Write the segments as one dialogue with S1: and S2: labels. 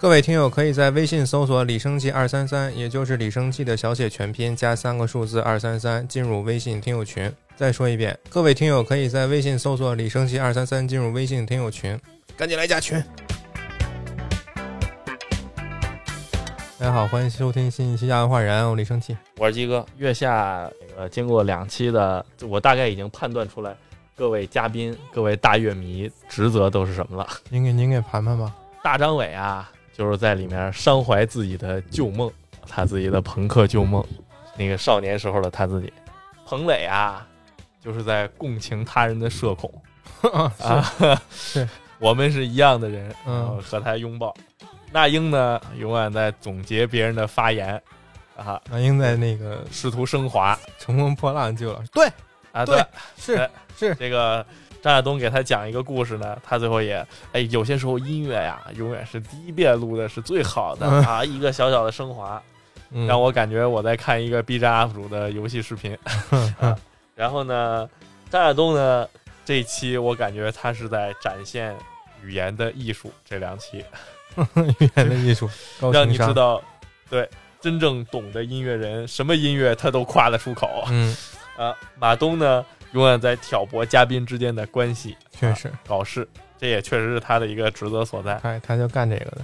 S1: 各位听友可以在微信搜索“李生记二三三”，也就是李生记的小写全拼加三个数字二三三，进入微信听友群。再说一遍，各位听友可以在微信搜索“李生记二三三”，进入微信听友群，赶紧来加群。大家好，欢迎收听新一期《亚文化人》，我李生气。
S2: 我是鸡哥。月下呃，经过两期的，我大概已经判断出来，各位嘉宾、各位大乐迷职责都是什么了。
S1: 您给您给盘盘吧。
S2: 大张伟啊，就是在里面伤怀自己的旧梦，他自己的朋克旧梦，那个少年时候的他自己。彭磊啊，就是在共情他人的社 恐啊，
S1: 是
S2: 我们是一样的人，
S1: 嗯
S2: 然后和他拥抱。那英呢，永远在总结别人的发言啊，
S1: 那英在那个
S2: 试图升华
S1: 乘风破浪救了，对，
S2: 啊，
S1: 对
S2: 对
S1: 是
S2: 哎
S1: 是，
S2: 这个张亚东给他讲一个故事呢，他最后也，哎，有些时候音乐呀，永远是第一遍录的是最好的
S1: 嗯
S2: 啊，一个小小的升华，
S1: 嗯
S2: 哎让我感觉我在看一个 B 站 UP 主的游戏视频。啊然后呢，张亚东呢，这一期我感觉他是在展现语言的艺术，这两期
S1: 语言的艺术，高
S2: 让
S1: 情
S2: 你
S1: 商
S2: 知，道，对。真正懂得音乐人，什么音乐他都夸得出口
S1: 嗯，
S2: 啊！马东呢，永远在挑拨嘉宾之间的关系，
S1: 确实，
S2: 搞事，这也确实是他的一个职责所在。
S1: 他他就干这个的，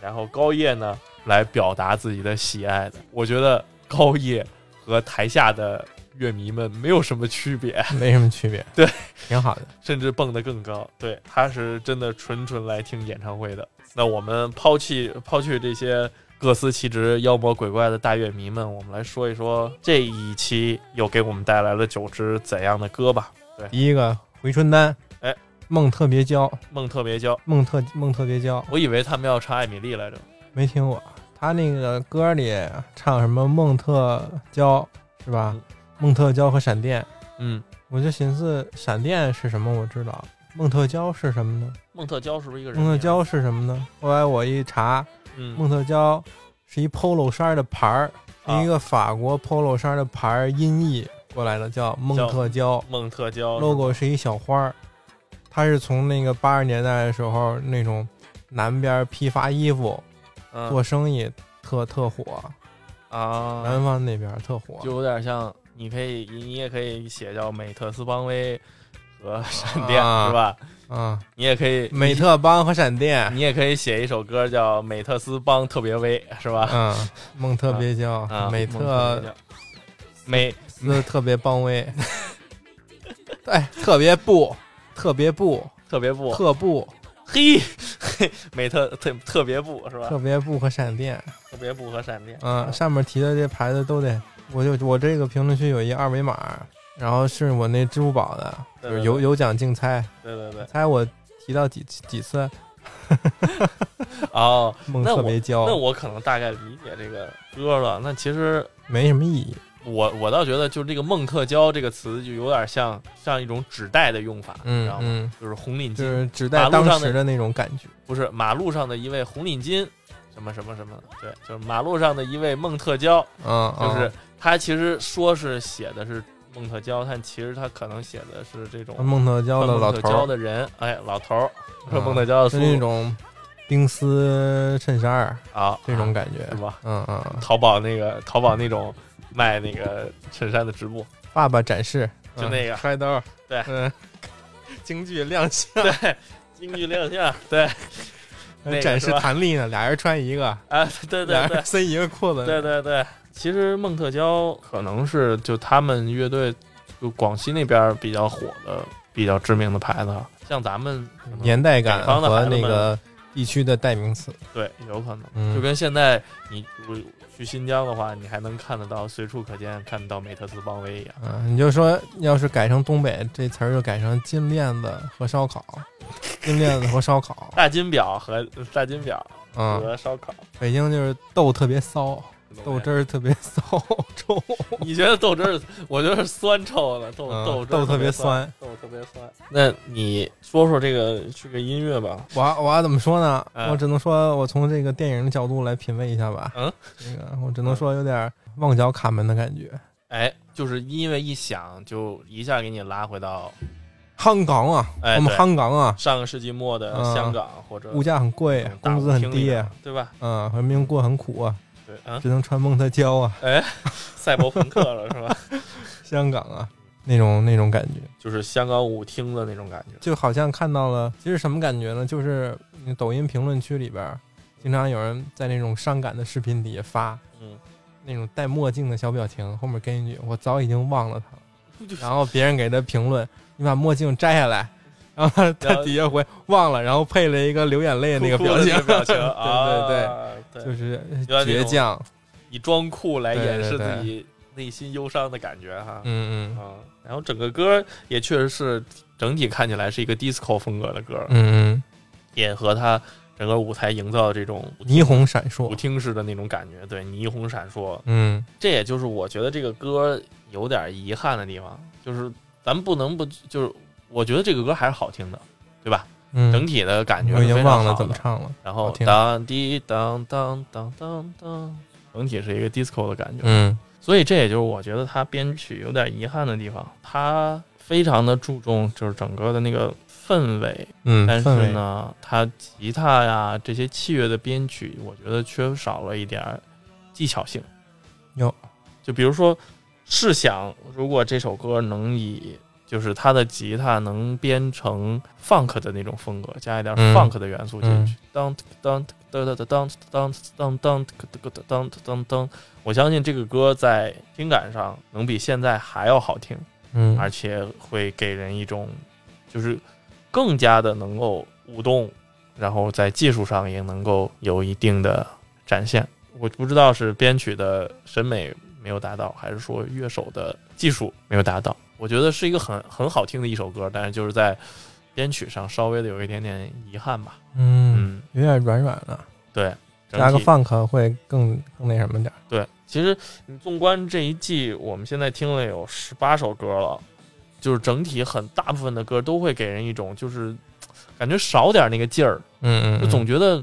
S2: 然后高叶呢，来表达自己的喜爱的，我觉得高叶和台下的乐迷们没有什么区别，
S1: 没什么区别，
S2: 对，
S1: 挺好的。
S2: 甚至蹦得更高。对，他是真的纯纯来听演唱会的。那我们抛弃抛去这些各司其职、妖魔鬼怪的大乐迷们，我们来说一说这一期又给我们带来了九支怎样的歌吧。
S1: 第一个回春丹，
S2: 哎，
S1: 梦特别娇，
S2: 梦特别娇，
S1: 梦特梦特别娇，
S2: 我以为他们要唱艾米丽来着。
S1: 没听过。他那个歌里唱什么梦特娇是吧
S2: 嗯？
S1: 梦特娇和闪电，
S2: 嗯，
S1: 我就寻思闪电是什么我知道，梦特娇是什么呢？
S2: 孟特娇是不是一个人
S1: 梦
S2: 名？啊
S1: 特娇是什么呢？后来我一查，
S2: 嗯，
S1: 梦特娇是一 polo 衫的牌儿，是
S2: 啊
S1: 一个法国 polo 衫的牌儿音译过来的，叫梦特娇。
S2: 梦特娇
S1: logo 是一小花儿，它是从那个八十年代的时候那种南边批发衣服做
S2: 嗯
S1: 生意特特火，南
S2: 啊，
S1: 方那边特火。
S2: 就有点像，你可以你也可以写叫美特斯邦威和闪电、
S1: 啊
S2: 是吧？
S1: 啊，
S2: 你也可以
S1: 美，特邦和闪电，
S2: 你也可以写一首歌叫美特斯邦特别威是吧？
S1: 嗯，梦特别娇，
S2: 啊，
S1: 美
S2: 梦特别
S1: 特
S2: 娇美
S1: 斯特别邦威， 哎，特别不，特别不，
S2: 特别不
S1: 特不，
S2: 嘿嘿，美特特特别不是吧？
S1: 特别不和闪电。
S2: 特别不和闪电，
S1: 嗯，上面提的这牌子都得，我就我这个评论区有一二维码，然后是我那支付宝的，
S2: 对
S1: 就是有有奖竞猜，
S2: 对对对，
S1: 猜我提到几几次
S2: 哦，
S1: 梦
S2: 那
S1: 特
S2: 我
S1: 别
S2: 那
S1: 娇，
S2: 我可能大概理解这个歌了。那其实
S1: 没什么意义。
S2: 我我倒觉得，就是这个“梦特娇”这个词，就有点像像一种纸袋的用法，你知
S1: 嗯
S2: 道吗？
S1: 嗯，
S2: 就是红领
S1: 就
S2: 巾，
S1: 是指代当时的那种感觉。
S2: 不是马路上的一位红领巾，什么什么什么的，对，就是马路上的一位梦特娇，
S1: 嗯，嗯
S2: 就是他其实说是写的是梦特娇，但其实他可能写的是这种
S1: 嗯梦特娇
S2: 扮
S1: 的老
S2: 梦特娇
S1: 头儿，
S2: 的人，哎，老头儿，
S1: 嗯
S2: 说梦特娇的
S1: 是
S2: 叔
S1: 那
S2: 叔
S1: 种冰丝衬衫儿
S2: 啊，
S1: 这种感觉
S2: 啊。是吧？
S1: 嗯嗯，嗯
S2: 淘宝那个淘宝那种卖那个衬衫的直播，
S1: 爸爸展示
S2: 就那个
S1: 嗯揣兜，
S2: 对
S1: 嗯， 京剧亮相，
S2: 对，京剧亮相， 对那个
S1: 展示
S2: 是吧
S1: 弹力呢，俩人穿一个，
S2: 啊，对对
S1: 俩
S2: 对
S1: 人。塞一个裤子，
S2: 对对对，其实梦特娇可能是就他们乐队，就广西那边比较火的、比较知名的牌子，啊像咱们可能
S1: 年代感
S2: 北方的
S1: 和
S2: 孩子
S1: 那
S2: 们
S1: 个地区的代名词。
S2: 对有可能，
S1: 嗯
S2: 就跟现在你我去新疆的话，你还能看得到，随处可见看得到美特斯邦威一样。。
S1: 嗯，你就说要是改成东北这词儿，就改成金链子和烧烤，金链子和烧烤
S2: 大金表和大金表
S1: 嗯，
S2: 和烧烤，
S1: 北京就是豆特别骚，豆
S2: 豆
S1: 汁，儿特别骚臭，
S2: 你觉得豆汁儿？我觉得是酸臭了，豆
S1: 嗯
S2: 豆汁
S1: 豆
S2: 儿
S1: 特别
S2: 酸，
S1: 酸。
S2: 豆特别酸。那你说说这个这个音乐吧，
S1: 我我要怎么说呢？
S2: 嗯
S1: 我只能说，我从这个电影的角度来品味一下吧。
S2: 嗯，
S1: 这个我只能说有点旺角
S2: 哎
S1: 卡门的感觉。
S2: 哎，就是音乐一响，就一下给你拉回到
S1: 香港啊，
S2: 哎
S1: 我们
S2: 对
S1: 香港啊，
S2: 上个世纪末的
S1: 嗯
S2: 香港或者
S1: 物价很贵
S2: 这种，大
S1: 工资很
S2: 舞厅里
S1: 低
S2: 的
S1: 啊，，
S2: 对吧？
S1: 嗯，人民过很苦啊，
S2: 对，嗯，
S1: 只能穿蒙特胶啊，
S2: 哎，赛博朋克了是吧？
S1: 香港啊，那种那种感觉，
S2: 就是香港舞厅的那种感觉。
S1: 就好像看到了，其实什么感觉呢？就是嗯抖音评论区里边儿，经常有人在那种伤感的视频底下发
S2: 嗯，
S1: 那种戴墨镜的小表情，后面跟一句“我早已经忘了他”，然后别人给他评论：“你把墨镜摘下来。” 然后他
S2: 然
S1: 他
S2: 后
S1: 底下回忘了，然后配了一个流眼泪那个
S2: 酷酷
S1: 表
S2: 的
S1: 情
S2: 那个，表情
S1: 对对
S2: 啊，
S1: 对，
S2: 对
S1: 就，是呃
S2: 点
S1: 倔
S2: 那种
S1: 强，
S2: 以装酷来
S1: 对
S2: 掩
S1: 对
S2: 饰
S1: 对
S2: 自己内心忧伤的感觉哈。
S1: 嗯嗯
S2: 啊，然后整个歌也确实是整体看起来是一个 disco 风格的歌，
S1: 嗯
S2: 也和它整个舞台营造的这种
S1: 嗯，霓虹闪
S2: 舞
S1: 烁，
S2: 厅式的那种感觉，对，霓虹闪烁，
S1: 嗯
S2: 这也就是我觉得这个歌有点遗憾的地方，就是咱们不能不就是，我觉得这个歌还是好听的，对吧？
S1: 嗯，
S2: 整体的感觉
S1: 我已
S2: 是
S1: 经
S2: 非常
S1: 忘
S2: 好
S1: 了
S2: 的
S1: 怎么唱了，
S2: 然
S1: 好
S2: 后
S1: 听
S2: 当滴当当当当当，整体是一个 disco 的感觉。
S1: 嗯
S2: 所以这也就是我觉得他编曲有点遗憾的地方，他非常的注重就是整个的那个氛围，
S1: 嗯，
S2: 但
S1: 氛
S2: 是
S1: 围，
S2: 呢，他吉他呀这些器乐的编曲，我觉得缺少了一点儿技巧性。
S1: 哟，
S2: 就比如说，试想如果这首歌能以就是他的吉他能编成 funk 的那种风格，加一点
S1: 嗯
S2: funk 的元素进去，当当当当当当当当当当当，我相信这个歌在听感上能比现在还要好听。
S1: 嗯，
S2: 而且会给人一种就是更加的能够舞动，然后在技术上也能够有一定的展现。我不知道是编曲的审美没有达到，还是说乐手的技术没有达到。我觉得是一个很很好听的一首歌，但是就是在编曲上稍微的有一点点遗憾吧。
S1: 嗯，
S2: 嗯，
S1: 有点软软的，
S2: 对，整
S1: 加个
S2: 体
S1: funk 会更更那什么点儿。
S2: 对，其实你纵观这一季，我们现在听了有十八首歌了，就是整体很大部分的歌都会给人一种就是感觉少点那个劲儿，
S1: 嗯
S2: 就总觉得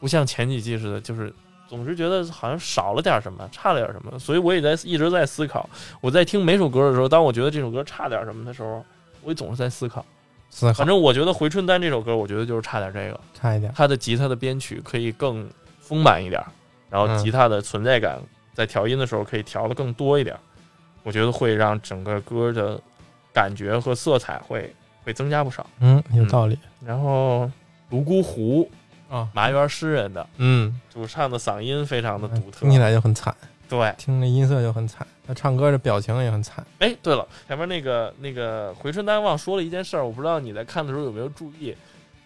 S2: 不像前几季似的，就是总是觉得好像少了点什么，差了点什么。所以我也在一直在思考，我在听每首歌的时候，当我觉得这首歌差点什么的时候，我也总是在思考。
S1: 思考
S2: 反正我觉得《回春丹》这首歌，我觉得就是差点这个。
S1: 差一点。
S2: 它的吉他的编曲可以更丰满一点儿，然后
S1: 嗯
S2: 吉他的存在感在调音的时候可以调的更多一点儿，我觉得会让整个歌的感觉和色彩会会增加不少。
S1: 嗯，有道理
S2: 然后《泸沽湖》
S1: 啊。
S2: 麻园诗人的
S1: 嗯，
S2: 主唱的嗓音非常的独特
S1: 听，起来就很惨，
S2: 对，
S1: 听着音色就很惨，他唱歌的表情也很惨。
S2: 哎，对了，前面那个那个回春丹忘说了一件事儿，我不知道你在看的时候有没有注意，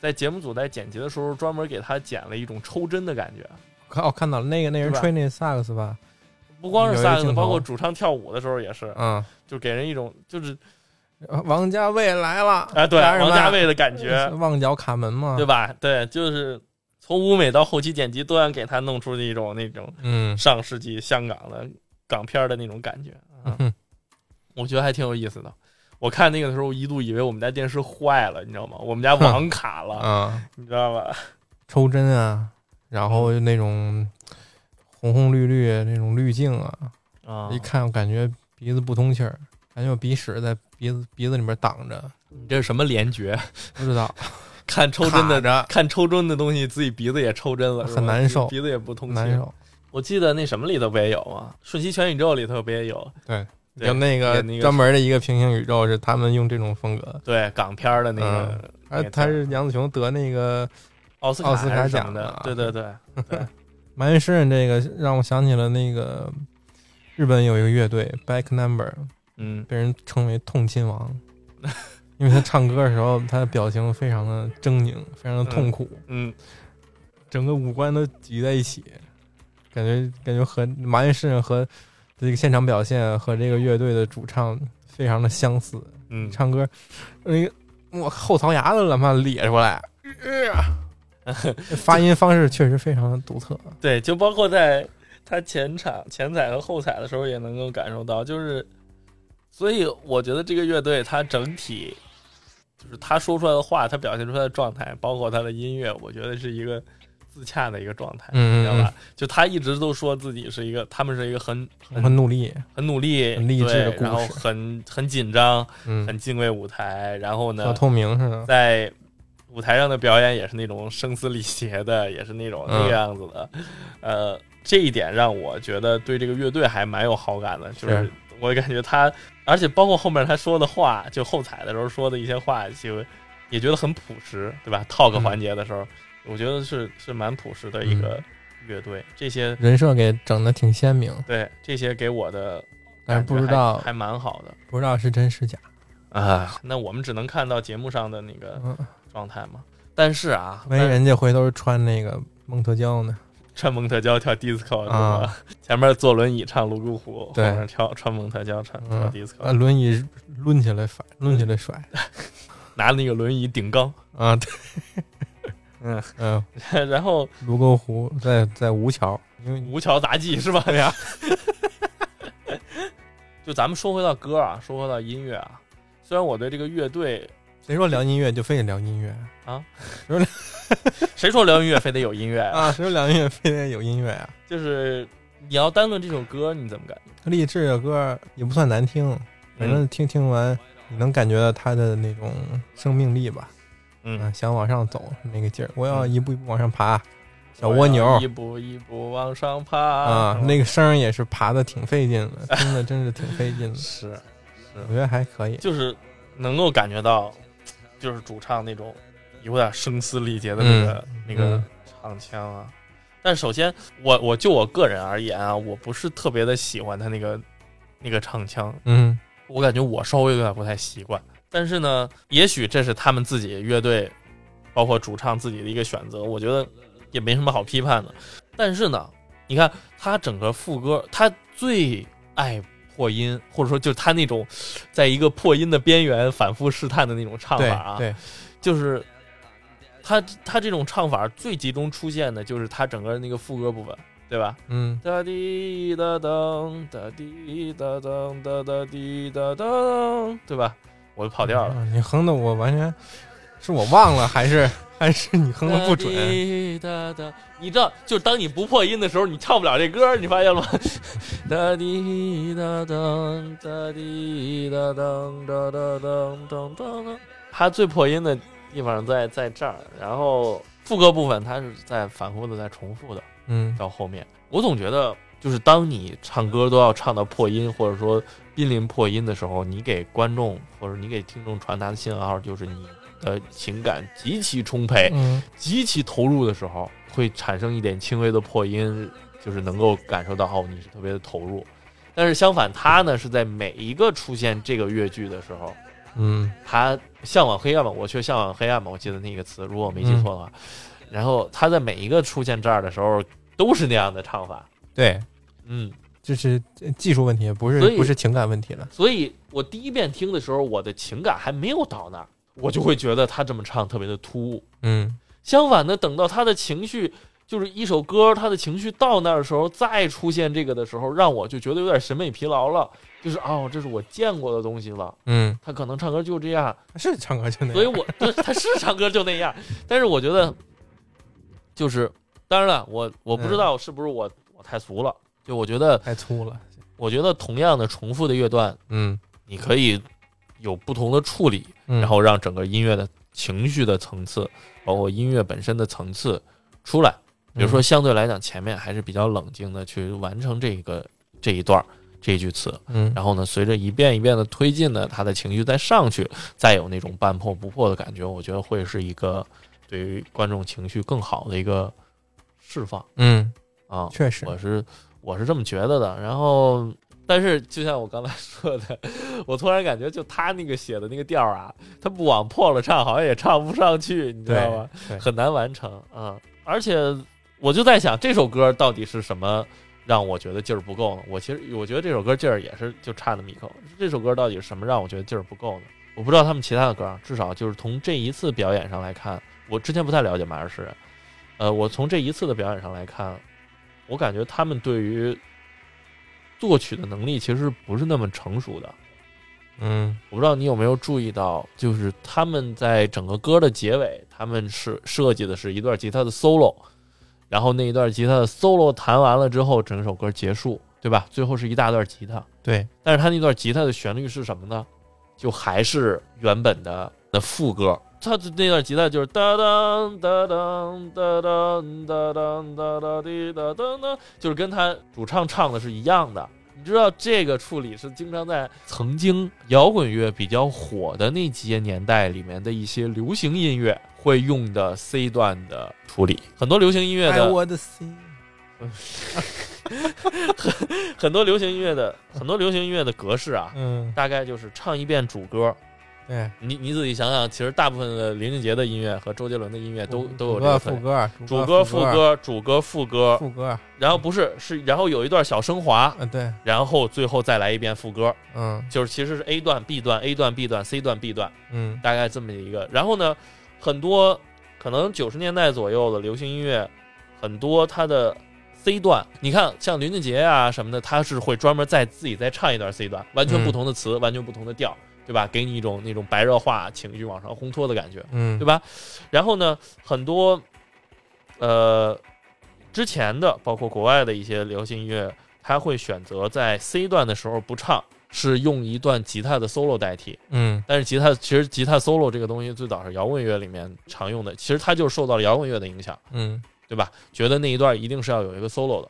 S2: 在节目组在剪辑的时候专门给他剪了一种抽针的感觉。
S1: 看，我看到了那个那人
S2: 对吧
S1: 吹那萨克斯吧，
S2: 不光是
S1: 有一个
S2: 萨克斯，
S1: 镜头
S2: 包括主唱跳舞的时候也是，啊
S1: 嗯，
S2: 就给人一种就是
S1: 王家卫来了，
S2: 啊，对，
S1: 家人们
S2: 王家卫的感觉，
S1: 旺角卡门嘛，
S2: 对
S1: 吧？
S2: 吧？对，就是从舞美到后期剪辑，都想给他弄出一种那种
S1: 嗯
S2: 上世纪香港的港片的那种感觉。嗯，
S1: 嗯
S2: 我觉得还挺有意思的。我看那个的时候，一度以为我们家电视坏了，你知道吗？我们家网卡了，
S1: 啊，
S2: 你知道吧？
S1: 抽针啊，然
S2: 嗯
S1: 后那种红红绿绿那种滤镜啊，
S2: 啊
S1: 一看我感觉鼻子不通气儿，感觉有鼻屎在鼻子鼻子里边挡着，
S2: 你这是什么联觉？
S1: 不知道
S2: 看 抽针的，
S1: 着
S2: 看抽针的东西，自己鼻子也抽针了，是吧
S1: 很难受
S2: 鼻子也不通气，
S1: 难受。
S2: 我记得那什么里头不也有啊？《瞬息全宇宙》里头不也有？
S1: 对，
S2: 对
S1: 有那个
S2: 演那个
S1: 专门的一个平行宇宙是他们用这种风格，
S2: 对港片儿的那个，那
S1: 而
S2: 个
S1: 他是杨紫琼得那个
S2: 奥
S1: 嗯
S2: 斯
S1: 奥斯卡
S2: 还是什
S1: 奖
S2: 么
S1: 的
S2: 的
S1: 啊，
S2: 对对对，
S1: 《埋怨诗人》这个让我想起了那个日本有一个乐队 Back Number，
S2: 嗯，
S1: 被人称为“痛亲 王”，因为他唱歌的时候，他的表情非常的狰狞，非常的痛苦，
S2: 嗯，
S1: 整个五官都挤在一起，感觉感觉和马云诗人和这个现场表现和这个乐队的主唱非常的相似。
S2: 嗯，
S1: 唱歌，那个我后槽牙都他妈咧出来，呃 发音方式确实非常的独特。
S2: 对，就包括在他前场、前彩和后彩的时候，也能够感受到，就是，所以我觉得这个乐队它整体，就是他说出来的话，他表现出来的状态，包括他的音乐，我觉得是一个自洽的一个状态，
S1: 嗯
S2: 你知道吧？就他一直都说自己是一个，他们是一个很
S1: 很努力，
S2: 很努力、
S1: 很励志的
S2: 对
S1: 故事
S2: 然后很很紧张、
S1: 嗯，
S2: 很敬畏舞台，然后
S1: 小
S2: 呢，
S1: 透明似的，
S2: 在舞台上的表演也是那种声嘶力竭的，也是那种
S1: 嗯
S2: 那个样子的。呃，这一点让我觉得对这个乐队还蛮有好感的，就是
S1: 是
S2: 我感觉他，而且包括后面他说的话，就后采的时候说的一些话，就也觉得很朴实，对吧？talk
S1: 嗯
S2: 环节的时候，我觉得是是蛮朴实的一个乐队，这些。
S1: 人设给整的挺鲜明，
S2: 对这些给我的
S1: 但是
S2: 感觉
S1: 不知道
S2: 还还蛮好的
S1: 不知道是真是假。
S2: 啊。那我们只能看到节目上的那个
S1: 嗯，
S2: 状态嘛。但是啊，
S1: 万一人家回头穿那个蒙特娇呢？
S2: 穿蒙特娇跳 disco 对吧？
S1: 啊
S2: 前面坐轮椅唱泸沽湖，
S1: 对
S2: 后面跳穿蒙特娇唱
S1: 嗯
S2: 跳 disco，、
S1: 把轮椅抡起来甩，抡起来甩
S2: 拿那个轮椅顶缸，
S1: 啊！对，
S2: 嗯
S1: 嗯，
S2: 然后
S1: 卢沟湖在在吴桥，因为
S2: 吴桥杂技是吧？ 呀，就咱们说回到歌啊，说回到音乐啊，虽然我对这个乐队，
S1: 谁说聊音乐就非得聊音乐啊
S2: 谁说聊音乐非得有音乐啊？
S1: 啊？谁说聊音乐非得有音乐啊？
S2: 就是你要单论这首歌，你怎么感觉？
S1: 励志的歌也不算难听，反
S2: 嗯
S1: 正听听完你能感觉到他的那种生命力吧，
S2: 嗯，
S1: 嗯，想往上走那个劲儿，我要一步一步往上爬，小
S2: 我
S1: 蜗
S2: 要
S1: 牛
S2: 一步一步往上爬
S1: 啊，那
S2: 个
S1: 个声儿也是爬的挺费劲的，听的真是挺费 劲的，
S2: 是
S1: 我觉得还可以，
S2: 就是能够感觉到，就是主唱那种有点声嘶力竭的那个、那个
S1: 嗯
S2: 唱腔啊。但首先，我我就我个人而言啊，我不是特别的喜欢他那个那个唱腔，
S1: 嗯
S2: 我感觉我稍微有点不太习惯。但是呢，也许这是他们自己乐队，包括主唱自己的一个选择，我觉得也没什么好批判的。但是呢，你看他整个副歌，他最爱破音，或者说就是他那种在一个破音的边缘反复试探的那种唱法
S1: 对
S2: 啊，
S1: 对，
S2: 就是他他这种唱法最集中出现的就是他整个那个副歌部分，对吧？
S1: 嗯
S2: 哒滴哒当，哒滴哒当，哒哒滴哒当，对吧？我就跑调了，
S1: 啊你哼的我完全是我忘了，还是还是你哼的不准
S2: 哒？滴哒哒，你知道，就是当你不破音的时候，你唱不了这歌，你发现了吗？ 哒滴哒当，哒滴哒当，哒哒当当当当。它最破音的地方在在这儿，然后副歌部分它是在反复的在重复的。
S1: 嗯
S2: 到后面，我总觉得就是当你唱歌都要唱到破音，或者说濒临破音的时候，你给观众或者你给听众传达的信号就是你的情感极其充沛、
S1: 嗯
S2: 极其投入的时候，会产生一点轻微的破音，就是能够感受到哦，你是特别的投入。但是相反，他呢是在每一个出现这个乐句的时候，
S1: 嗯
S2: 他向往黑暗嘛，我却向往黑暗嘛，我记得那个词，如果我没记错的话。然后他在每一个出现这儿的时候，都是那样的唱法。
S1: 对，
S2: 嗯，
S1: 就是技术问题，不
S2: 所
S1: 是
S2: 以
S1: 不是情感问题了。
S2: 所以我第一遍听的时候，我的情感还没有到那儿，我就会觉得他这么唱特别的突兀。
S1: 嗯
S2: 相反的，等到他的情绪，就是一首歌，他的情绪到那儿的时候，再出现这个的时候，让我就觉得有点审美疲劳了。就是哦，这是我见过的东西了。
S1: 嗯，
S2: 他可能唱歌就这样，
S1: 是唱歌就那
S2: 所以
S1: 样。
S2: 我对他是唱歌就那样，但是我觉得就是，当然了，我我不知道是不是我、我太俗了，就我觉得
S1: 太粗了。
S2: 我觉得同样的重复的乐段，
S1: 嗯，
S2: 你可以有不同的处理，
S1: 嗯
S2: 然后让整个音乐的情绪的层次，包括音乐本身的层次出来。
S1: 嗯
S2: 比如说，相对来讲，前面还是比较冷静的去完成这个这一段儿这一句词，
S1: 嗯，
S2: 然后呢，随着一遍一遍的推进呢，他的情绪再上去，再有那种半破不破的感觉，我觉得会是一个对于观众情绪更好的一个释放
S1: 嗯，
S2: 啊。
S1: 确实，
S2: 我是我是这么觉得的。然后，但是就像我刚才说的，我突然感觉就他那个写的那个调儿啊，他不往破了唱，好像也唱不上去，你知道吗
S1: 对对？
S2: 很难完成啊、而且我就在想，这首歌到底是什么？让我觉得劲儿不够呢。我其实我觉得这首歌劲儿也是就差那么一口。这首歌到底是什么让我觉得劲儿不够呢？我不知道他们其他的歌啊，至少就是从这一次表演上来看，我之前不太了解马尔诗人，呃，我从这一次的表演上来看，我感觉他们对于作曲的能力其实不是那么成熟的。
S1: 嗯
S2: 我不知道你有没有注意到，就是他们在整个歌的结尾，他们是设计的是一段吉他的 solo，然后那一段吉他的 solo 弹完了之后，整首歌结束，对吧？最后是一大段吉他，
S1: 对，
S2: 但是他那段吉他的旋律是什么呢？就还是原本的的副歌。他的那段吉他就是哒当哒当哒当哒当哒哒滴哒当当，就是跟他主唱唱的是一样的。你知道这个处理是经常在曾经摇滚乐比较火的那几些年代里面的一些流行音乐会用的 C 段的处理，很多流行音乐的
S1: 哎我的 C，
S2: 很多流行音乐的很多流行音乐的格式啊，
S1: 嗯，
S2: 大概就是唱一遍主歌。
S1: 对，
S2: 你你仔细想想，其实大部分的林俊杰的音乐和周杰伦的音乐都都有这
S1: 主歌
S2: 个
S1: 嗯副
S2: 分类
S1: 歌，
S2: 主
S1: 歌
S2: 歌、副歌、主歌、副歌，
S1: 副歌，
S2: 然后不是是，然后有一段小升华，
S1: 啊，对，
S2: 然后最后再来一遍副歌，
S1: 嗯
S2: 就是其实是 A 段、B 段、A 段、B 段、C 段、B 段，
S1: 嗯
S2: 大概这么一个。然后呢，很多可能九十年代左右的流行音乐，很多它的 C 段，你看像林俊杰啊什么的，他是会专门再自己再唱一段 C 段，完全不同的词，完全不同的调，对吧？给你一种那种白热化情绪往上烘托的感觉，
S1: 嗯，
S2: 对
S1: 吧？
S2: 吧？然后呢，很多呃之前的，包括国外的一些流行音乐，他会选择在 C 段的时候不唱，是用一段吉他的 solo 代替。
S1: 嗯
S2: 但是吉他其实吉他 solo 这个东西最早是摇滚乐里面常用的，其实它就受到了摇滚乐的影响，
S1: 嗯
S2: 对吧？觉得那一段一定是要有一个 solo 的。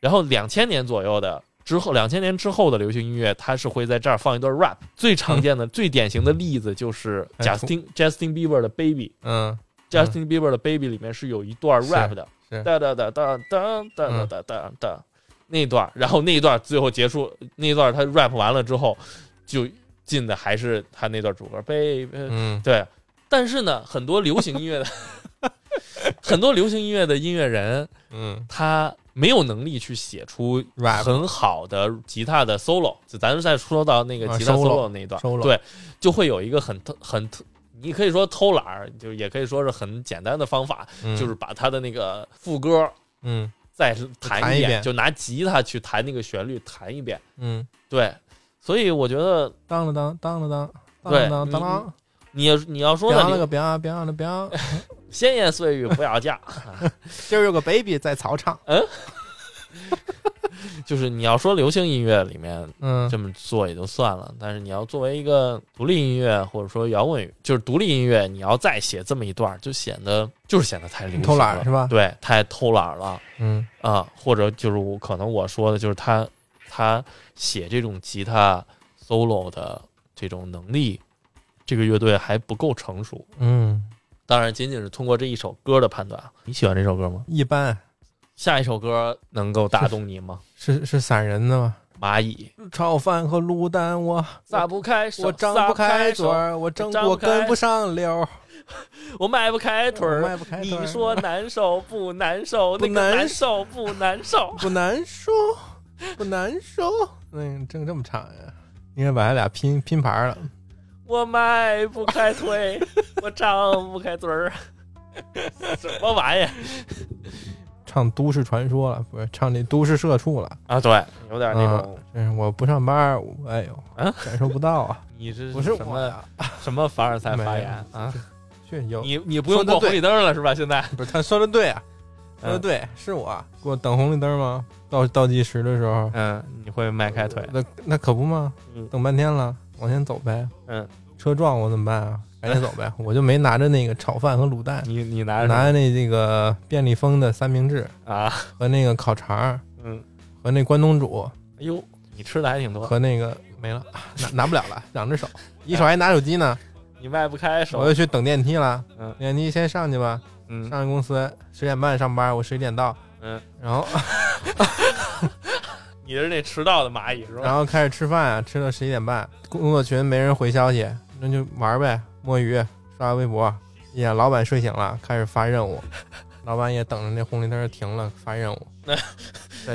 S2: 然后两千年左右的之后，两千年之后的流行音乐，它是会在这儿放一段 rap。最常见的、最典型的例子就是
S1: 哎不
S2: Justin Justin Bieber 的 Baby。
S1: 嗯
S2: Justin Bieber 的 Baby 里面是有一段
S1: 是
S2: rap 的，
S1: 是嗯
S2: 哒哒哒哒哒哒哒哒哒哒那一段，然后那一段最后结束，那一段他 rap 完了之后，就进的还是他那段主歌 Baby，
S1: 嗯
S2: 对。但是呢，很多流行音乐的 很多流行音乐的音乐人，
S1: 嗯
S2: 他没有能力去写出
S1: rap
S2: 很好的吉他的 solo。就咱们再说到那个
S1: 啊
S2: 吉他
S1: solo，
S2: solo 那一段，
S1: solo
S2: 对，就会有一个很特很特，你可以说偷懒儿，就也可以说是很简单的方法，
S1: 嗯
S2: 就是把他的那个副歌
S1: 嗯
S2: 再
S1: 弹
S2: 弹
S1: 一
S2: 一
S1: 遍
S2: 就拿吉他去弹那个旋律弹一遍。
S1: 嗯，
S2: 对，所以我觉得
S1: 当了当当了当。当
S2: 对
S1: 了当当
S2: 你
S1: 当，
S2: 你你要说
S1: 别
S2: 呢，
S1: 了
S2: 你
S1: 个别啊别了个别啊，
S2: 闲言碎语不要嫁，
S1: 今儿有个 baby 在草场，
S2: 就是你要说流行音乐里面
S1: 嗯
S2: 这么做也就算了，但是你要作为一个独立音乐或者说摇滚，就是独立音乐，你要再写这么一段儿，就显得就是显得太流行了
S1: 偷懒儿是吧
S2: 对，太偷懒儿了
S1: 嗯
S2: 啊！或者就是我可能我说的就是他他写这种吉他 solo 的这种能力，这个乐队还不够成熟。
S1: 嗯，
S2: 当然，仅仅是通过这一首歌的判断。啊你喜欢这首歌吗？
S1: 一般
S2: 下一首歌能够打动你吗？
S1: 是是散人的吗？
S2: 蚂蚁
S1: 炒饭和卤蛋我
S2: 撒不开嗯手，
S1: 我张
S2: 撒
S1: 不
S2: 不
S1: 开嘴
S2: 手，
S1: 儿，我张
S2: 张
S1: 我
S2: 不开
S1: 跟不上溜儿，
S2: 我迈不开腿
S1: 我
S2: 儿，
S1: 迈不开腿儿
S2: 你说难受不难 受？
S1: 不
S2: 那个
S1: 难？
S2: 难受不难受
S1: 不难受，不难受。嗯，正这么长呀？应该把他俩拼拼盘了。
S2: 我迈不开腿，我张不开嘴儿，什么玩意儿
S1: 唱都市传说了，不是唱那都市社畜了。
S2: 啊？对，有点那种，
S1: 嗯，我不上班，我哎呦，
S2: 啊
S1: 感受不到啊。
S2: 你是
S1: 不是
S2: 什
S1: 我
S2: 么
S1: 呀，
S2: 什么凡尔赛发言啊？
S1: 确有，
S2: 你你不用
S1: 说
S2: 过
S1: 得对
S2: 红绿灯了是吧？现在
S1: 不是他说的 对啊，说的对，是我啊给我等红绿灯吗？倒倒计时的时候，
S2: 嗯，你会迈开腿，
S1: 那那可不嘛，
S2: 嗯
S1: 等半天了，往前走呗。
S2: 嗯，
S1: 车撞我怎么办啊？赶紧走 呗。我就没拿着那个炒饭和卤蛋，
S2: 你你拿着
S1: 拿嗯着那这个便利蜂的三明治
S2: 啊，
S1: 和那个烤肠儿
S2: 嗯，
S1: 和那关东煮
S2: 哎呦，你吃的还挺多，
S1: 和那个没了， 拿拿不了了，两 只手，一手还拿手机呢。
S2: 你迈不开
S1: 我
S2: 手
S1: 就，去等电梯了，
S2: 嗯
S1: 电梯先上去吧。
S2: 嗯
S1: 上公司十点半上班，我十一点到，
S2: 嗯，
S1: 然后
S2: 你是那迟到的蚂蚁是吧
S1: 然？后开始吃饭啊，吃到十一点半，工作群没人回消息，那就玩呗，摸鱼，刷微博。哎呀，老板睡醒了，开始发任务，老板也等着那红绿灯停了发任务。对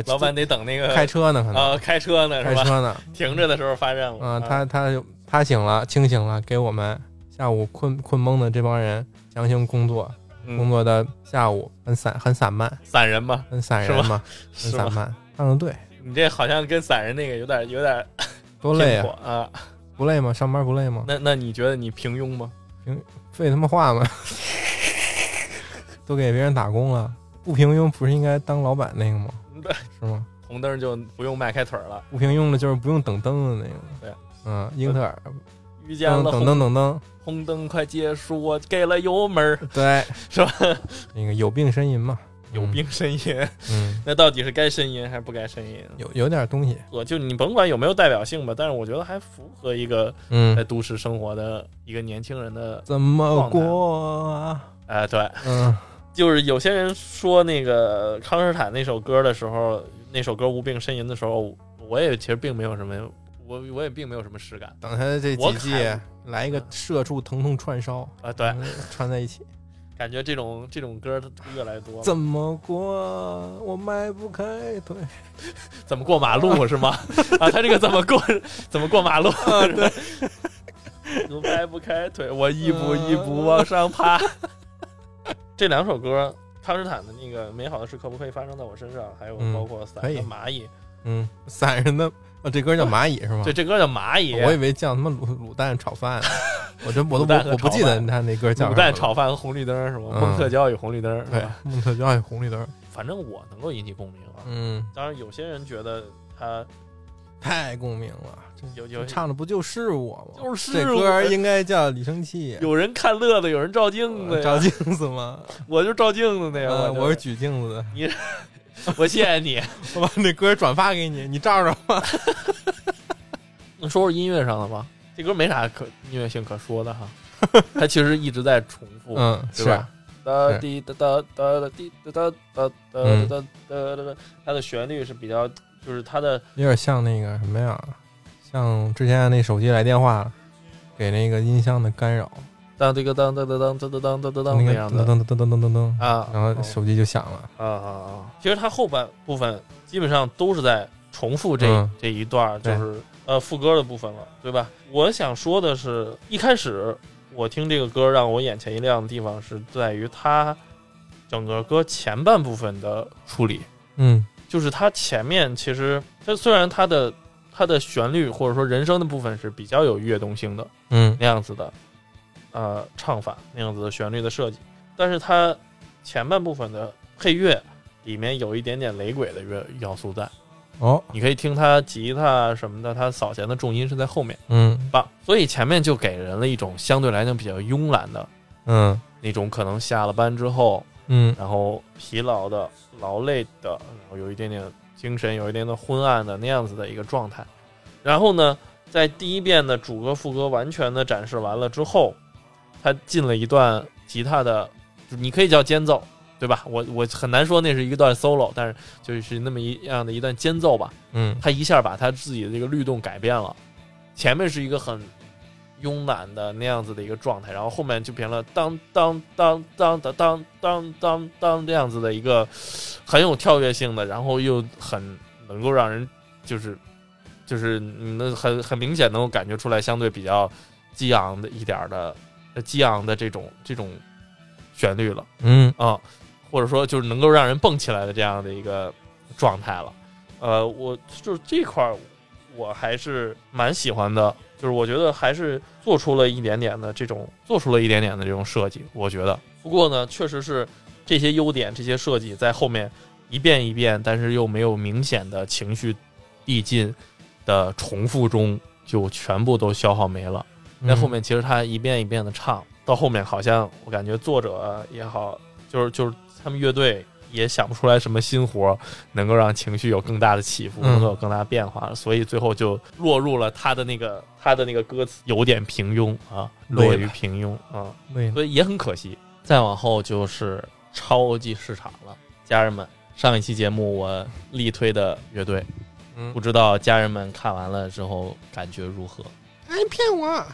S2: 老板得等那个
S1: 开车呢，可能、
S2: 啊，开车呢
S1: 开
S2: 是吧？
S1: 车呢，
S2: 停着的时候发任务
S1: 啊、他他就他醒了，清醒了，给我们下午困困懵的这帮人强行工作，工
S2: 嗯
S1: 作到下午很散很散漫，
S2: 散人嘛，
S1: 很散
S2: 是
S1: 人
S2: 吧
S1: 嘛，很
S2: 是
S1: 散
S2: 吧？
S1: 漫，干的对，
S2: 你这好像跟散人那个有点有点
S1: 多累
S2: 偏颇
S1: 啊，
S2: 啊！
S1: 不累吗？上班不累吗？
S2: 那那你觉得你平庸吗？
S1: 废他妈话吗？都给别人打工了，不平庸不是应该当老板那个吗？是吗？
S2: 红灯就不用迈开腿儿了，
S1: 不平庸的就是不用等灯的那个。
S2: 对，
S1: 嗯，英特尔
S2: 遇见
S1: 嗯等
S2: 了
S1: 等
S2: 红
S1: 灯等灯，
S2: 红灯快结束，我给了油门儿，
S1: 对，
S2: 是吧？
S1: 那个有病呻吟嘛，
S2: 有病呻吟，
S1: 嗯，嗯，
S2: 那到底是该呻吟还是不该呻吟？
S1: 有有点东西，
S2: 我就你甭管有没有代表性吧，但是我觉得还符合一个在
S1: 嗯，
S2: 都市生活的一个年轻人的，
S1: 怎么过啊？
S2: 哎，对，
S1: 嗯，
S2: 就是有些人说那个康斯坦那首歌的时候，那首歌《无病呻吟》的时候，我也其实并没有什么，我我也并没有什么实感
S1: 等他这
S2: 我
S1: 几
S2: 看
S1: 季来一个社畜疼痛串烧，
S2: 啊。对，
S1: 嗯，串在一 起，
S2: 感觉这种这种歌越来越多了，
S1: 怎么过？啊我迈不开腿，
S2: 怎么过 马路是吗？啊，他这个怎么过 怎么过马路？
S1: 啊
S2: 我迈不开腿，我一步一步往上爬。
S1: 嗯
S2: 这两首歌，康斯坦的那个《美好的事可不可以发生在我身上》，还有
S1: 嗯
S2: 包括《伞
S1: 可以
S2: 的蚂蚁》
S1: 嗯， 散人的，哦，这歌叫蚂蚁是吗？
S2: 对，这歌叫《蚂蚁
S1: 我》。以为叫他妈卤卤蛋炒 饭，啊我真我都
S2: 卤蛋
S1: 不
S2: 和
S1: 我不记得
S2: 炒饭
S1: 他那歌叫什么
S2: 卤蛋炒饭和红绿灯是吗？
S1: 嗯
S2: 孟特娇与红绿灯，是
S1: 对
S2: 吧？，
S1: 孟特娇爱红绿灯，
S2: 反正我能够引起共鸣啊。
S1: 嗯，
S2: 当然，有些人觉得他
S1: 太共鸣了，这
S2: 有有
S1: 唱的不就是我吗？
S2: 就是
S1: 这
S2: 我
S1: 歌应该叫李生气，
S2: 有人看乐子，有人照镜子
S1: 呃
S2: 呀，
S1: 照镜子 吗？
S2: 我就照镜子那样。
S1: 呃
S2: 就
S1: 我是举镜子的，
S2: 我谢谢你。
S1: 我把那歌转发给你，你照照。
S2: 那说说音乐上的吧，这歌没啥可音乐性可说的哈，它其实一直在重复，
S1: 嗯，
S2: 对
S1: 是
S2: 吧？哒
S1: 是
S2: 滴哒哒哒哒滴哒哒哒哒哒哒哒哒哒，它的旋律是比较，就是它的
S1: 有点像那个什么呀，像之前那手机来电话给那个音箱的干扰，
S2: 当这个当当当当当当当当
S1: 那
S2: 当那
S1: 个
S2: 样
S1: 噔
S2: 的
S1: 噔噔噔噔噔噔噔，
S2: 啊，
S1: 然后
S2: 哦
S1: 手机就响了。
S2: 啊啊啊！其实它后半部分基本上都是在重复这、
S1: 嗯
S2: 这一段儿，就
S1: 对
S2: 是呃副歌的部分了，对吧？我想说的是，一开始我听这个歌让我眼前一亮的地方是在于它整个歌前半部分的处理，
S1: 嗯
S2: 就是它前面其实它虽然它的它的旋律或者说人声的部分是比较有跃动性的，
S1: 嗯
S2: 那样子的，呃，唱法那样子的旋律的设计，但是它前半部分的配乐里面有一点点雷鬼的乐要素在，
S1: 哦
S2: 你可以听它吉他什么的，它扫弦的重音是在后面，
S1: 嗯
S2: 棒，所以前面就给人了一种相对来讲比较慵懒的
S1: 嗯
S2: 那种，可能下了班之后，
S1: 嗯
S2: 然后疲劳的、劳累的，然后有一点点精神有一点点昏暗的那样子的一个状态。然后呢，在第一遍的主歌、副歌完全的展示完了之后，他进了一段吉他的，就你可以叫间奏，对吧？我我很难说那是一段 solo，但是就是那么一样的一段间奏吧。
S1: 嗯
S2: 他一下把他自己的这个律动改变了，前面是一个很慵懒的那样子的一个状态，然后后面就变了当当当当当当当当当这样子的一个很有跳跃性的，然后又很能够让人就是就是你能很很明显能够感觉出来相对比较激昂的一点儿的呃激昂的这种这种旋律了。
S1: 嗯
S2: 啊、或者说就是能够让人蹦起来的这样的一个状态了。呃，我就是这块儿，我还是蛮喜欢的，就是我觉得还是做出了一点点的这种，做出了一点点的这种设计。我觉得，不过呢，确实是这些优点、这些设计在后面一遍一遍，但是又没有明显的情绪递进的重复中，就全部都消耗没了。
S1: 嗯
S2: 那后面其实他一遍一遍的唱，到后面好像我感觉作者也好，就是就是他们乐队也想不出来什么新活，能够让情绪有更大的起伏，
S1: 嗯
S2: 能够有更大的变化，所以最后就落入了他的那个他的那个歌词有点平庸啊，
S1: 累
S2: 落
S1: 了
S2: 于平庸啊，
S1: 对了
S2: 所以也很可惜。再往后就是超级市场了，家人们，上一期节目我力推的乐队，
S1: 嗯
S2: 不知道家人们看完了之后感觉如何？
S1: 哎骗我，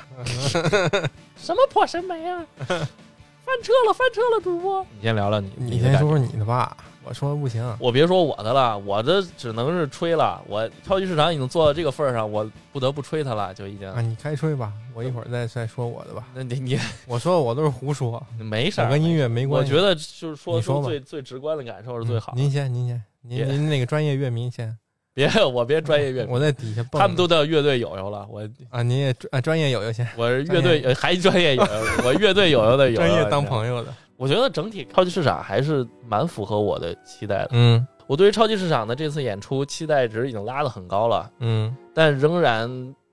S2: 什么破审美 啊！翻车了，翻车了，主播！你先聊聊你，
S1: 你
S2: 的
S1: 先
S2: 感
S1: 说
S2: 觉。嗯
S1: 说你的吧，我说不行，
S2: 我别说我的了，我的只能是吹了。我超级市场已经做到这个份儿上，我不得不吹他了，就已经。
S1: 啊，你开吹吧，我一会儿再再说我的吧。
S2: 那你你
S1: 我说我都是胡说，
S2: 你啊没事
S1: 我
S2: 儿，
S1: 跟音乐没
S2: 我
S1: 关系。
S2: 觉得就是说
S1: 你说
S2: 出
S1: 吧
S2: 最最直观的感受是最好
S1: 嗯
S2: 的。
S1: 您先，您先，您
S2: 别
S1: 您那个专业乐迷先。
S2: 别我别专业乐迷，
S1: 我在底下蹦着。
S2: 他们都叫乐队友友了，我
S1: 啊，您也啊专业友友先，
S2: 我是乐队还专业友友，我乐队友友的友友，
S1: 专业当
S2: 友。
S1: 朋友的。
S2: 我觉得整体超级市场还是蛮符合我的期待的。
S1: 嗯
S2: 我对于超级市场的这次演出期待值已经拉得很高了，
S1: 嗯
S2: 但仍然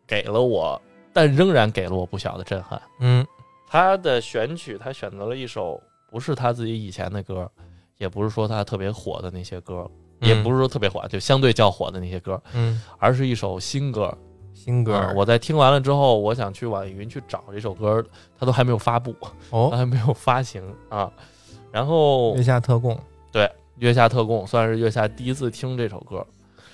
S2: 给了我，但仍然给了我不小的震撼。
S1: 嗯
S2: 他的选曲，他选择了一首不是他自己以前的歌，也不是说他特别火的那些歌，
S1: 嗯，
S2: 也不是说特别火，就相对较火的那些歌，
S1: 嗯
S2: 而是一首新歌。
S1: 新歌
S2: 啊
S1: 儿，
S2: 我在听完了之后，我想去网易云去找这首歌，它都还没有发布，它
S1: 哦，
S2: 还没有发行啊。然后
S1: 月下特供，
S2: 哦月下特供算是月下第一次听这首歌，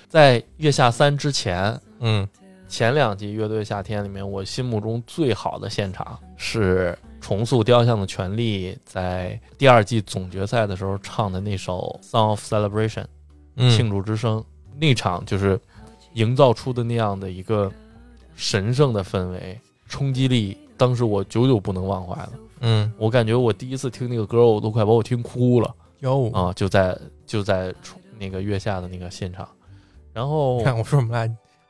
S2: 在月下三之前，
S1: 嗯
S2: 前两季《乐队夏天》里面，我心目中最好的现场是重塑雕像的权利在第二季总决赛的时候唱的那首《Song of Celebration》
S1: 嗯
S2: 庆祝之声，那场就是营造出的那样的一个神圣的氛围，冲击力，当时我久久不能忘怀了。
S1: 嗯，
S2: 我感觉我第一次听那个歌，我都快把我听哭了
S1: 幺五，
S2: 啊！就在就在冲那个月下的那个现场，然后
S1: 看我说我们俩，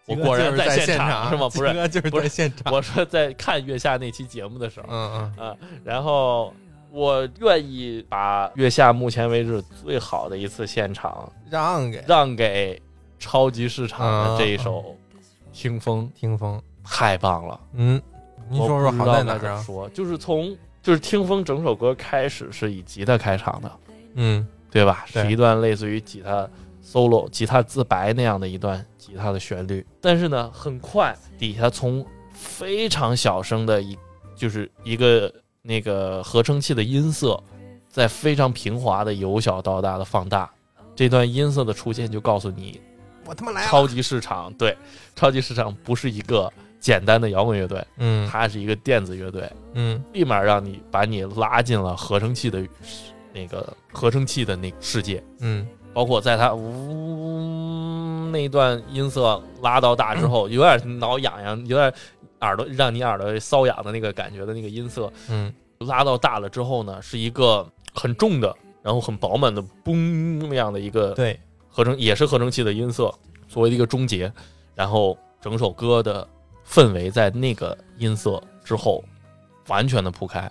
S2: 我
S1: 鸡哥
S2: 果然
S1: 就是
S2: 在
S1: 在
S2: 现场
S1: 场
S2: 是吗不是
S1: 鸡哥就是
S2: 不是
S1: 在现场，
S2: 我说在看月下那期节目的时候，
S1: 嗯
S2: 啊，然后我愿意把月下目前为止最好的一次现场
S1: 嗯，让给
S2: 让给超级市
S1: 啊
S2: 场的这一首《听风
S1: 听风，》，
S2: 太棒了！
S1: 嗯，你说说
S2: 我不知
S1: 好
S2: 道
S1: 在哪儿
S2: 该怎么
S1: 啊？
S2: 说就是从就是《听风》整首歌开始是以吉他开场的，
S1: 嗯
S2: 对吧？
S1: 对
S2: 是一段类似于吉他 solo、吉他自白那样的一段吉他的旋律，但是呢，很快底下从非常小声的一就是一个那个合成器的音色，在非常平滑的由小到大的放大，这段音色的出现就告诉你，
S1: 我他妈来了，
S2: 超级市场对，超级市场不是一个简单的摇滚乐队，
S1: 嗯
S2: 它是一个电子乐队，
S1: 嗯
S2: 立马让你把你拉进了合成器的那个合成器的那个世界。
S1: 嗯
S2: 包括在他呜那一段音色拉到大之后，有点挠痒痒，有点耳朵让你耳朵瘙痒的那个感觉的那个音色
S1: 嗯
S2: 拉到大了之后呢，是一个很重的，然后很饱满的嘣那样的一个
S1: 对，
S2: 合成，也是合成器的音色作为一个终结，然后整首歌的氛围在那个音色之后完全的铺开。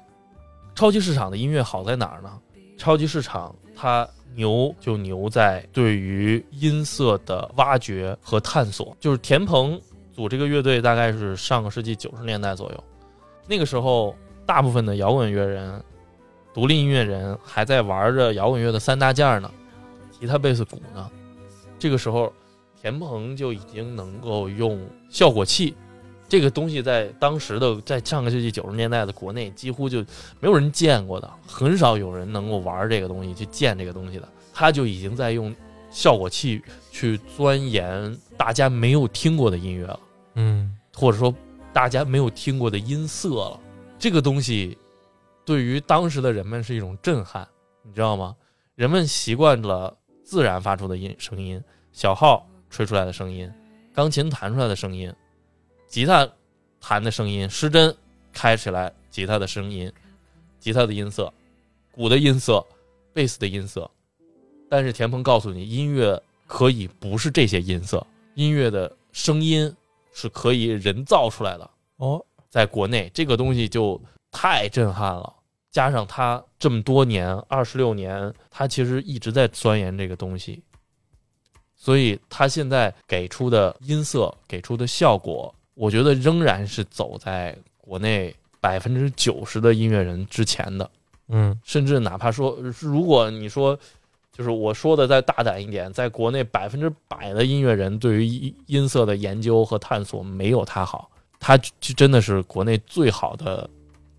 S2: 超级市场的音乐好在哪儿呢？超级市场它牛就牛在对于音色的挖掘和探索。就是田鹏组这个乐队大概是上个世纪九十年代左右，那个时候大部分的摇滚乐人、独立音乐人还在玩着摇滚乐的三大件儿呢，吉他、贝斯、鼓呢。这个时候，田鹏就已经能够用效果器。这个东西在当时的在上个世纪九十年代的国内几乎就没有人见过的，很少有人能够玩这个东西去见这个东西的。他就已经在用效果器去钻研大家没有听过的音乐了。
S1: 嗯
S2: 或者说大家没有听过的音色了。这个东西对于当时的人们是一种震撼，你知道吗？人们习惯了自然发出的音声音，小号吹出来的声音，钢琴弹出来的声音，吉他弹的声音，失真开起来吉他的声音，吉他的音色，鼓的音色，贝斯的音色。但是田鹏告诉你，音乐可以不是这些音色，音乐的声音是可以人造出来的。
S1: 哦
S2: 在国内这个东西就太震撼了，加上他这么多年，二十六年，他其实一直在钻研这个东西，所以他现在给出的音色、给出的效果，我觉得仍然是走在国内百分之九十的音乐人之前的。
S1: 嗯
S2: 甚至哪怕说，如果你说，就是我说的再大胆一点，在国内百分之百的音乐人对于音音色的研究和探索没有他好，他就真的是国内最好的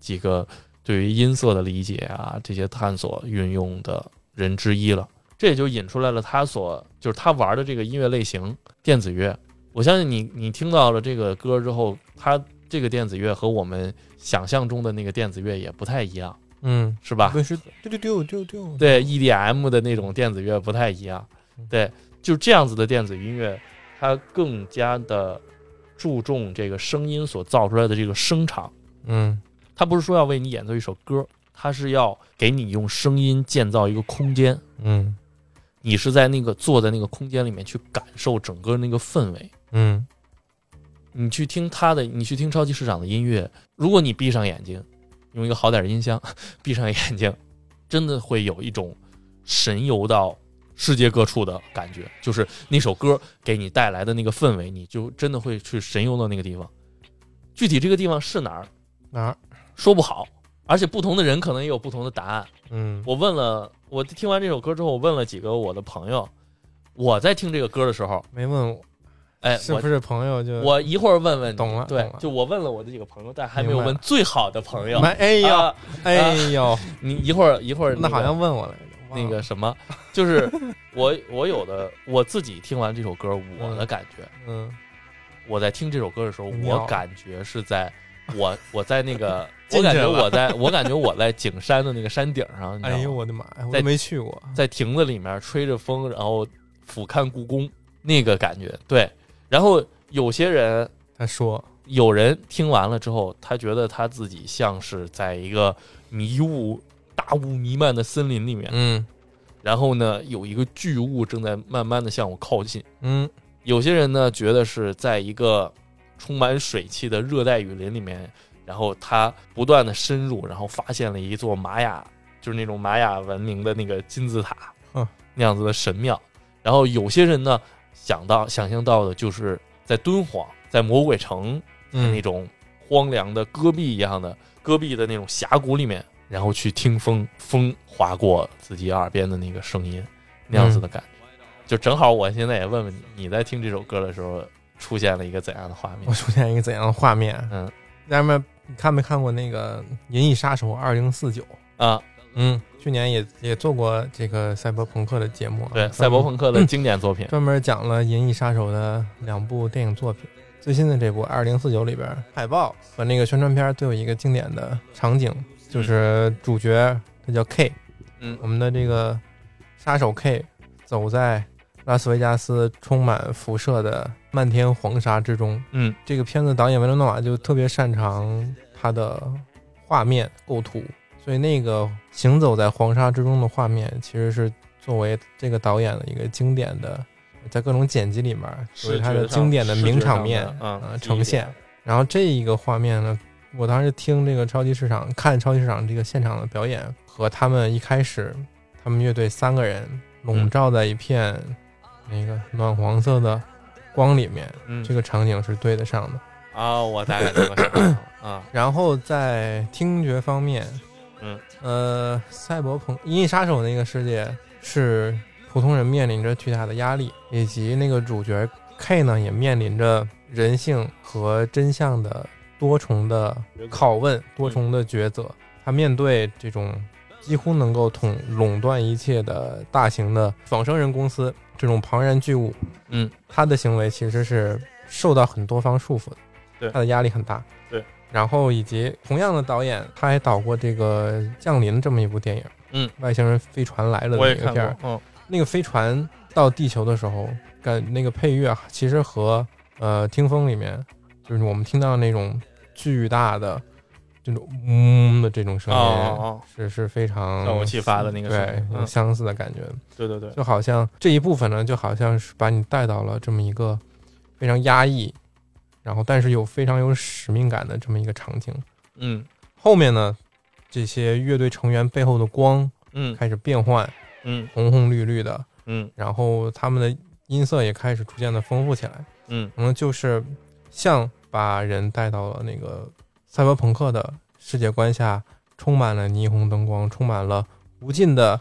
S2: 几个对于音色的理解啊，这些探索运用的人之一了。这也就引出来了他所就是他玩的这个音乐类型电子乐。我相信你，你听到了这个歌之后，他这个电子乐和我们想象中的那个电子乐也不太一样，
S1: 嗯，
S2: 是吧？
S1: 对是丢丢丢丢丢，
S2: 啊对 EDM 的那种电子乐不太一样
S1: 嗯，
S2: 对，就这样子的电子音乐，它更加的注重这个声音所造出来的这个声场，
S1: 嗯
S2: 它不是说要为你演奏一首歌，它是要给你用声音建造一个空间，
S1: 嗯
S2: 你是在那个坐在那个空间里面去感受整个那个氛围。
S1: 嗯
S2: 你去听他的，你去听超级市场的音乐，如果你闭上眼睛，用一个好点的音箱闭上眼睛，真的会有一种神游到世界各处的感觉，就是那首歌给你带来的那个氛围，你就真的会去神游到那个地方。具体这个地方是哪儿，
S1: 哪儿？
S2: 说不好，而且不同的人可能也有不同的答案。
S1: 嗯，
S2: 我问了，我听完这首歌之后，我问了几个我的朋友，我在听这个歌的时候，
S1: 没问我
S2: 哎，
S1: 是
S2: 我
S1: 不是朋友就
S2: 我一会儿问问你，
S1: 懂了
S2: 对
S1: 懂，了
S2: 就我问了我的几个朋友，但还没有
S1: 明白
S2: 问最好的朋友。
S1: 哎呦
S2: 啊
S1: 哎 呦，
S2: 你一会儿一会儿
S1: 那
S2: 个
S1: 好像问我来着，忘了
S2: 那个什么， 就是我我有的我自己听完这首歌，我的感觉，
S1: 嗯，
S2: 我在听这首歌的时候，
S1: 妙
S2: 我感觉是在我 我在那 个，
S1: 进
S2: 我
S1: 去
S2: 感觉
S1: 了
S2: 我在我感觉我在景山的那个山顶上，你知道
S1: 哎
S2: 吗
S1: 呦我的妈呀，我
S2: 在
S1: 都没去过，
S2: 在亭子里面吹着风，然后俯瞰故宫那个感觉，对，然后有些人
S1: 他说
S2: 有人听完了之后，他觉得他自己像是在一个迷雾、大雾弥漫的森林里面，
S1: 嗯
S2: 然后呢，有一个巨雾正在慢慢的向我靠近。
S1: 嗯
S2: 有些人呢，觉得是在一个充满水汽的热带雨林里面，然后他不断的深入，然后发现了一座玛雅，就是那种玛雅文明的那个金字塔
S1: 嗯
S2: 那样子的神庙。然后有些人呢，想到想象到的就是在敦煌，在魔鬼城那
S1: 嗯
S2: 种荒凉的戈壁一样的戈壁的那种峡谷里面，然后去听风，风划过自己耳边的那个声音，那样子的感觉。就正好，我现在也问问你，你在听这首歌的时候出现了一个怎样的画面
S1: 我？出现一个怎样的画面？
S2: 嗯
S1: 家人们，你看没看过那个《银翼杀手二零四九》？
S2: 啊，
S1: 嗯，去年也也做过这个赛博朋克的节目啊，
S2: 对，
S1: 专门
S2: 赛博朋克的经典作品，
S1: 专门讲了《银翼杀手》的两部电影作品。最新的这部《二零四九》里边，海报和那个宣传片都有一个经典的场景，就是主角他叫 K，
S2: 嗯
S1: 我们的这个杀手 K 走在拉斯维加斯充满辐射的漫天黄沙之中。
S2: 嗯
S1: 这个片子导演维伦诺瓦就特别擅长他的画面构图，所以那个行走在黄沙之中的画面，其实是作为这个导演的一个经典的，在各种剪辑里面作为他的经典的名场面
S2: 视觉上的
S1: 呃
S2: 嗯
S1: 呈现。然后这一个画面呢，我当时听这个超级市场看超级市场这个现场的表演和他们一开始他们乐队三个人
S2: 嗯
S1: 笼罩在一片那个暖黄色的光里面，
S2: 嗯
S1: 这个场景是对得上的。
S2: 啊，我大概能够想到了啊，
S1: 然后在听觉方面，
S2: 嗯，
S1: 呃，赛博朋《银翼杀手》那个世界是普通人面临着巨大的压力，以及那个主角 K 呢也面临着人性和真相的多重的
S2: 嗯
S1: 拷问、多重的抉择。他面对这种几乎能够统垄断一切的大型的仿生人公司这种庞然巨物，
S2: 嗯，
S1: 他的行为其实是受到很多方束缚的，
S2: 对
S1: 他的压力很大，
S2: 对。
S1: 然后以及同样的导演，他还导过这个《降临》这么一部电影，
S2: 嗯，
S1: 外星人飞船来了的
S2: 我也
S1: 那个
S2: 看
S1: 片儿
S2: 过，，嗯
S1: 那个飞船到地球的时候，感那个配乐啊其实和呃《听风》里面就是我们听到那种巨大的这种嗡的这种声
S2: 哦
S1: 音，
S2: 哦，
S1: 是是非常
S2: 让我气发的那个声
S1: 对
S2: 音，
S1: 有
S2: 嗯
S1: 相似的感觉。
S2: 对对对，
S1: 就好像这一部分呢，就好像是把你带到了这么一个非常压抑，然后但是又非常有使命感的这么一个场景。
S2: 嗯
S1: 后面呢，这些乐队成员背后的光
S2: 嗯
S1: 开始变换，
S2: 嗯
S1: 红红绿绿的，
S2: 嗯
S1: 然后他们的音色也开始逐渐的丰富起来。
S2: 嗯
S1: 然后就是像把人带到了那个赛博朋克的世界观下，充满了霓虹灯光，充满了无尽的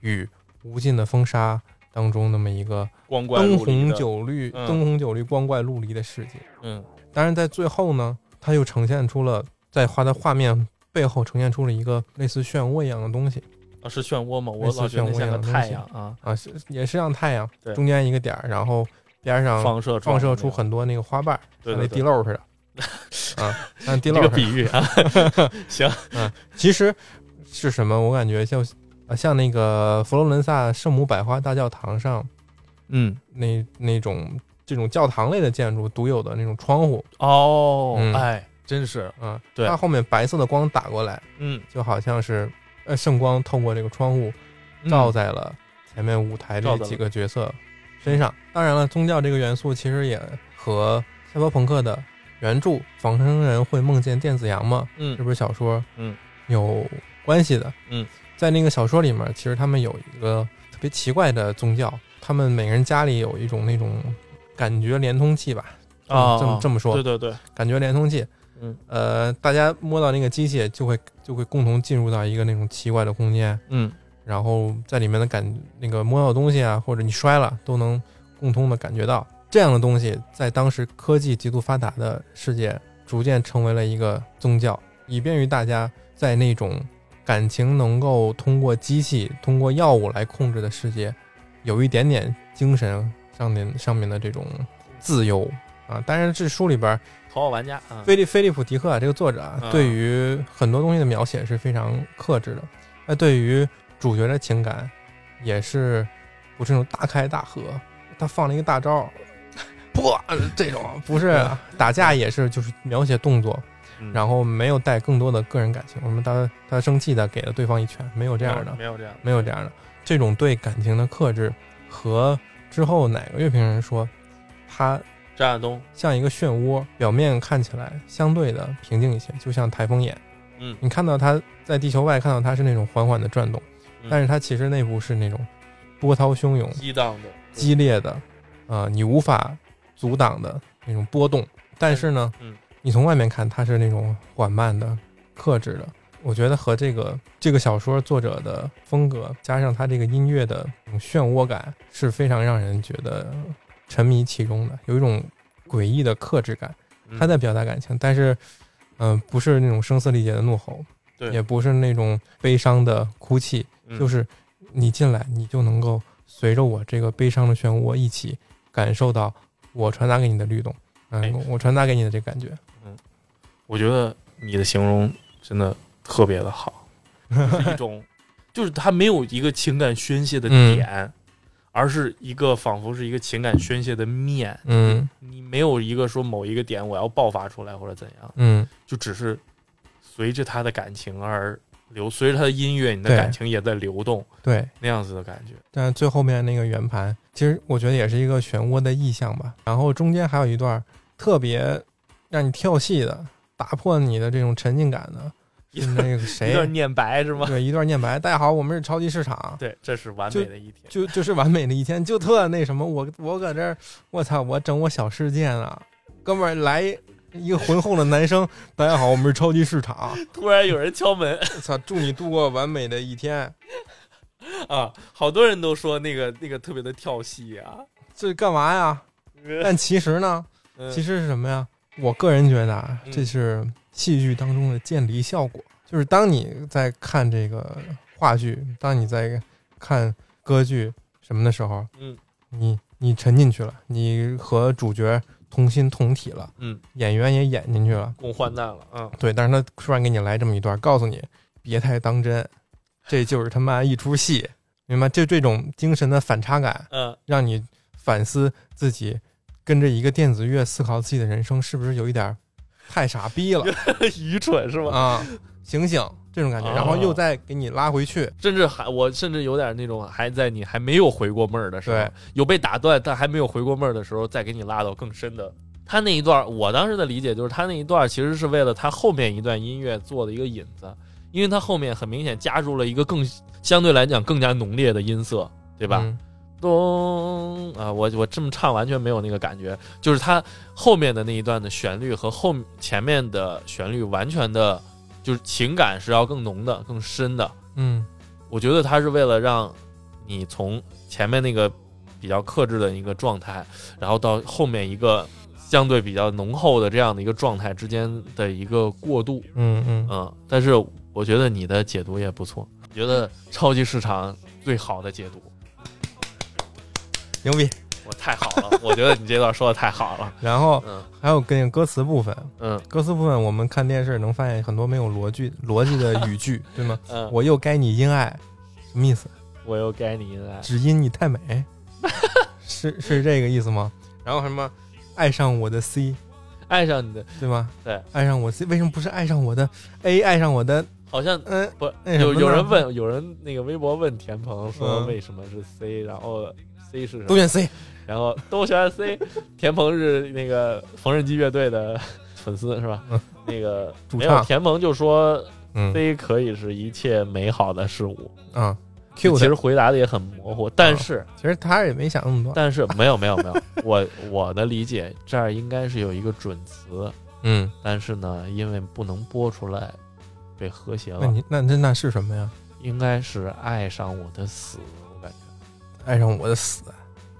S1: 雨、无尽的风沙当中，那么一个
S2: 光怪
S1: 灯
S2: 陆离
S1: 红
S2: 的，
S1: 酒绿、
S2: 嗯
S1: 灯红酒绿、光怪陆离的世界。
S2: 嗯
S1: 当然，在最后呢，它又呈现出了在画的画面背后呈现出了一个类似漩涡一样的东西
S2: 啊，是漩涡吗？我
S1: 类似
S2: 老觉得
S1: 漩涡
S2: 像
S1: 一
S2: 个
S1: 样的
S2: 太
S1: 东西
S2: 阳啊，
S1: 啊，是也是像太阳
S2: 对
S1: 中间一个点儿，然后边上
S2: 放射
S1: 嗯
S2: 状
S1: 放射
S2: 的
S1: 出
S2: 那种
S1: 很多那个花瓣儿，
S2: 对
S1: 像那
S2: 对
S1: 地
S2: 对，
S1: 漏似 的啊，像地
S2: 这
S1: 漏
S2: 个
S1: 似的。
S2: 比喻啊，行，
S1: 其实是什么？我感觉像啊，像那个佛罗伦萨圣母百花大教堂上
S2: 嗯，
S1: 那那种这种教堂类的建筑独有的那种窗户
S2: 哦
S1: 嗯，
S2: 哎，真是，
S1: 啊，
S2: 对
S1: 它后面白色的光打过来，
S2: 嗯，
S1: 就好像是呃圣光透过这个窗户
S2: 嗯
S1: 照，在了前面舞台
S2: 照
S1: 这
S2: 在了
S1: 几个角色身上。当然了，宗教这个元素其实也和赛博朋克的原著《仿生人会梦见电子羊》嘛，
S2: 嗯
S1: 这本小说，
S2: 嗯，
S1: 有关系的，
S2: 嗯，
S1: 在那个小说里面，其实他们有一个特别奇怪的宗教，他们每个人家里有一种那种感觉连通器吧，
S2: 啊，
S1: 这么这么说
S2: 对对对，
S1: 感觉连通器。
S2: 嗯，
S1: 呃，大家摸到那个机械，就会就会共同进入到一个那种奇怪的空间，
S2: 嗯，
S1: 然后在里面的感那个摸到的东西啊，或者你摔了，都能共通的感觉到。这样的东西在当时科技极度发达的世界，逐渐成为了一个宗教，以便于大家在那种感情能够通过机器、通过药物来控制的世界，有一点点精神上面上面的这种自由啊。当然，这书里边
S2: 头号玩家啊，
S1: 菲利菲利普·迪克啊，这个作者啊
S2: 嗯，
S1: 对于很多东西的描写是非常克制的，那对于主角的情感也是不是那种大开大合，他放了一个大招儿，啵这种不是
S2: 嗯
S1: 打架也是就是描写动作，
S2: 嗯
S1: 然后没有带更多的个人感情，什么他他生气的给了对方一拳，没有这样的，
S2: 没有这样的，
S1: 没有这样的。这种对感情的克制和之后哪个乐评人说他
S2: 张亚东，
S1: 像一个漩涡，表面看起来相对的平静一些，就像台风眼。
S2: 嗯
S1: 你看到它在地球外看到它是那种缓缓的转动，
S2: 嗯
S1: 但是它其实内部是那种波涛汹涌、
S2: 激荡的，
S1: 嗯激烈的，呃，你无法阻挡的那种波动。但是呢，
S2: 嗯
S1: 你从外面看它是那种缓慢的、克制的。我觉得和这个这个小说作者的风格，加上他这个音乐的那种漩涡感，是非常让人觉得沉迷其中的，有一种诡异的克制感。
S2: 嗯
S1: 他在表达感情，但是，嗯、不是那种声嘶力竭的怒吼，
S2: 对
S1: 也不是那种悲伤的哭泣，
S2: 嗯
S1: 就是你进来，你就能够随着我这个悲伤的漩涡一起感受到我传达给你的律动，嗯、
S2: 哎
S1: 我传达给你的这感觉。
S2: 我觉得你的形容真的特别的好，是一种，就是他没有一个情感宣泄的
S1: 嗯
S2: 点，而是一个仿佛是一个情感宣泄的面。
S1: 嗯
S2: 你没有一个说某一个点我要爆发出来或者怎样，
S1: 嗯，
S2: 就只是随着他的感情而流，随着他的音乐，你的
S1: 对
S2: 感情也在流动，
S1: 对。
S2: 那样子的感觉。
S1: 但最后面那个圆盘，其实我觉得也是一个漩涡的意象吧。然后中间还有一段特别让你跳戏的，打破你的这种沉浸感的，是那个谁
S2: 有点念 白是吗？
S1: 对，一段念白。大家好，我们是超级市场，
S2: 对，这是完美的一天。
S1: 就就是完美的一天，就特那什么，我我搁这儿，我操，我整我小世界呢，哥们儿来一个浑厚的男生，大家好，我们是超级市场，
S2: 突然有人敲门，
S1: 我操，祝你度过完美的一天。
S2: 啊，好多人都说那个那个特别的跳戏啊。
S1: 这干嘛呀？但其实呢，
S2: 嗯
S1: 哎其实是什么呀？我个人觉得啊，
S2: 嗯
S1: 这是戏剧当中的渐离效果，就是当你在看这个话剧，当你在看歌剧什么的时候，
S2: 嗯，
S1: 你你沉进去了，你和主角同心同体了，
S2: 嗯，
S1: 演员也演进去了，
S2: 共患难了啊。
S1: 对，但是他突然给你来这么一段，告诉你别太当真，这就是他妈一出戏，明白？就这种精神的反差感，
S2: 嗯
S1: 让你反思自己跟着一个电子乐思考自己的人生是不是有一点儿太傻逼 了
S2: 愚蠢是吧？
S1: 啊？醒醒，这种感觉，然后又
S2: 哦
S1: 再给你拉回去，
S2: 甚至还我甚至有点那种还在你还没有回过味儿的时候
S1: 对，
S2: 有被打断但还没有回过味儿的时候，再给你拉到更深的。他那一段，我当时的理解就是他那一段其实是为了他后面一段音乐做的一个引子，因为他后面很明显加入了一个更相对来讲更加浓烈的音色，对
S1: 对
S2: 吧？？咚啊！我我这么唱完全没有那个感觉，就是它后面的那一段的旋律和后前面的旋律完全的，就是情感是要更浓的、更深的。
S1: 嗯
S2: 我觉得它是为了让你从前面那个比较克制的一个状态，然后到后面一个相对比较浓厚的这样的一个状态之间的一个过渡。
S1: 嗯嗯，
S2: 嗯，但是我觉得你的解读也不错，我觉得超级市场最好的解读。
S1: 牛逼。
S2: 我太好了，我觉得你这段说的太好 了。
S1: 然后
S2: 嗯
S1: 还有跟歌词部分，
S2: 嗯
S1: 歌词部分我们看电视能发现很多没有逻辑逻辑的语句，对吗？
S2: 嗯，
S1: 我又该你因爱，什么意思？
S2: 我又该你了。
S1: 只因你太美， 是是这个意思吗？然后什么，爱上我的 C，
S2: 爱上你的，
S1: 对吗？
S2: 对，
S1: 爱上我 C，为什么不是爱上我的 A，爱上我的
S2: 好像
S1: 嗯
S2: 不
S1: 那什么
S2: 有
S1: 呢
S2: 有人问，有人那个微博问田鹏说
S1: 嗯
S2: 为什么是 C，、然后 C 是什
S1: 都
S2: 么？
S1: 选 C，
S2: 然后都喜欢 C。田 鹏是那个缝纫机乐队的粉丝是吧？
S1: 嗯
S2: 那个
S1: 主
S2: 没有
S1: 唱
S2: 田鹏就说
S1: 嗯
S2: 非可以是一切美好的事物。
S1: 啊
S2: 其
S1: ，Q 他嗯
S2: 实回答的也很模糊，但是、
S1: 其实他也没想那么多，
S2: 但是没有没有没有，我我的理解这儿应该是有一个准词，
S1: 嗯，
S2: 但是呢，因为不能播出来，被和谐
S1: 那
S2: 了，
S1: 你那那那是什么呀？
S2: 应该是爱上我的死，我感觉。
S1: 爱上我的死，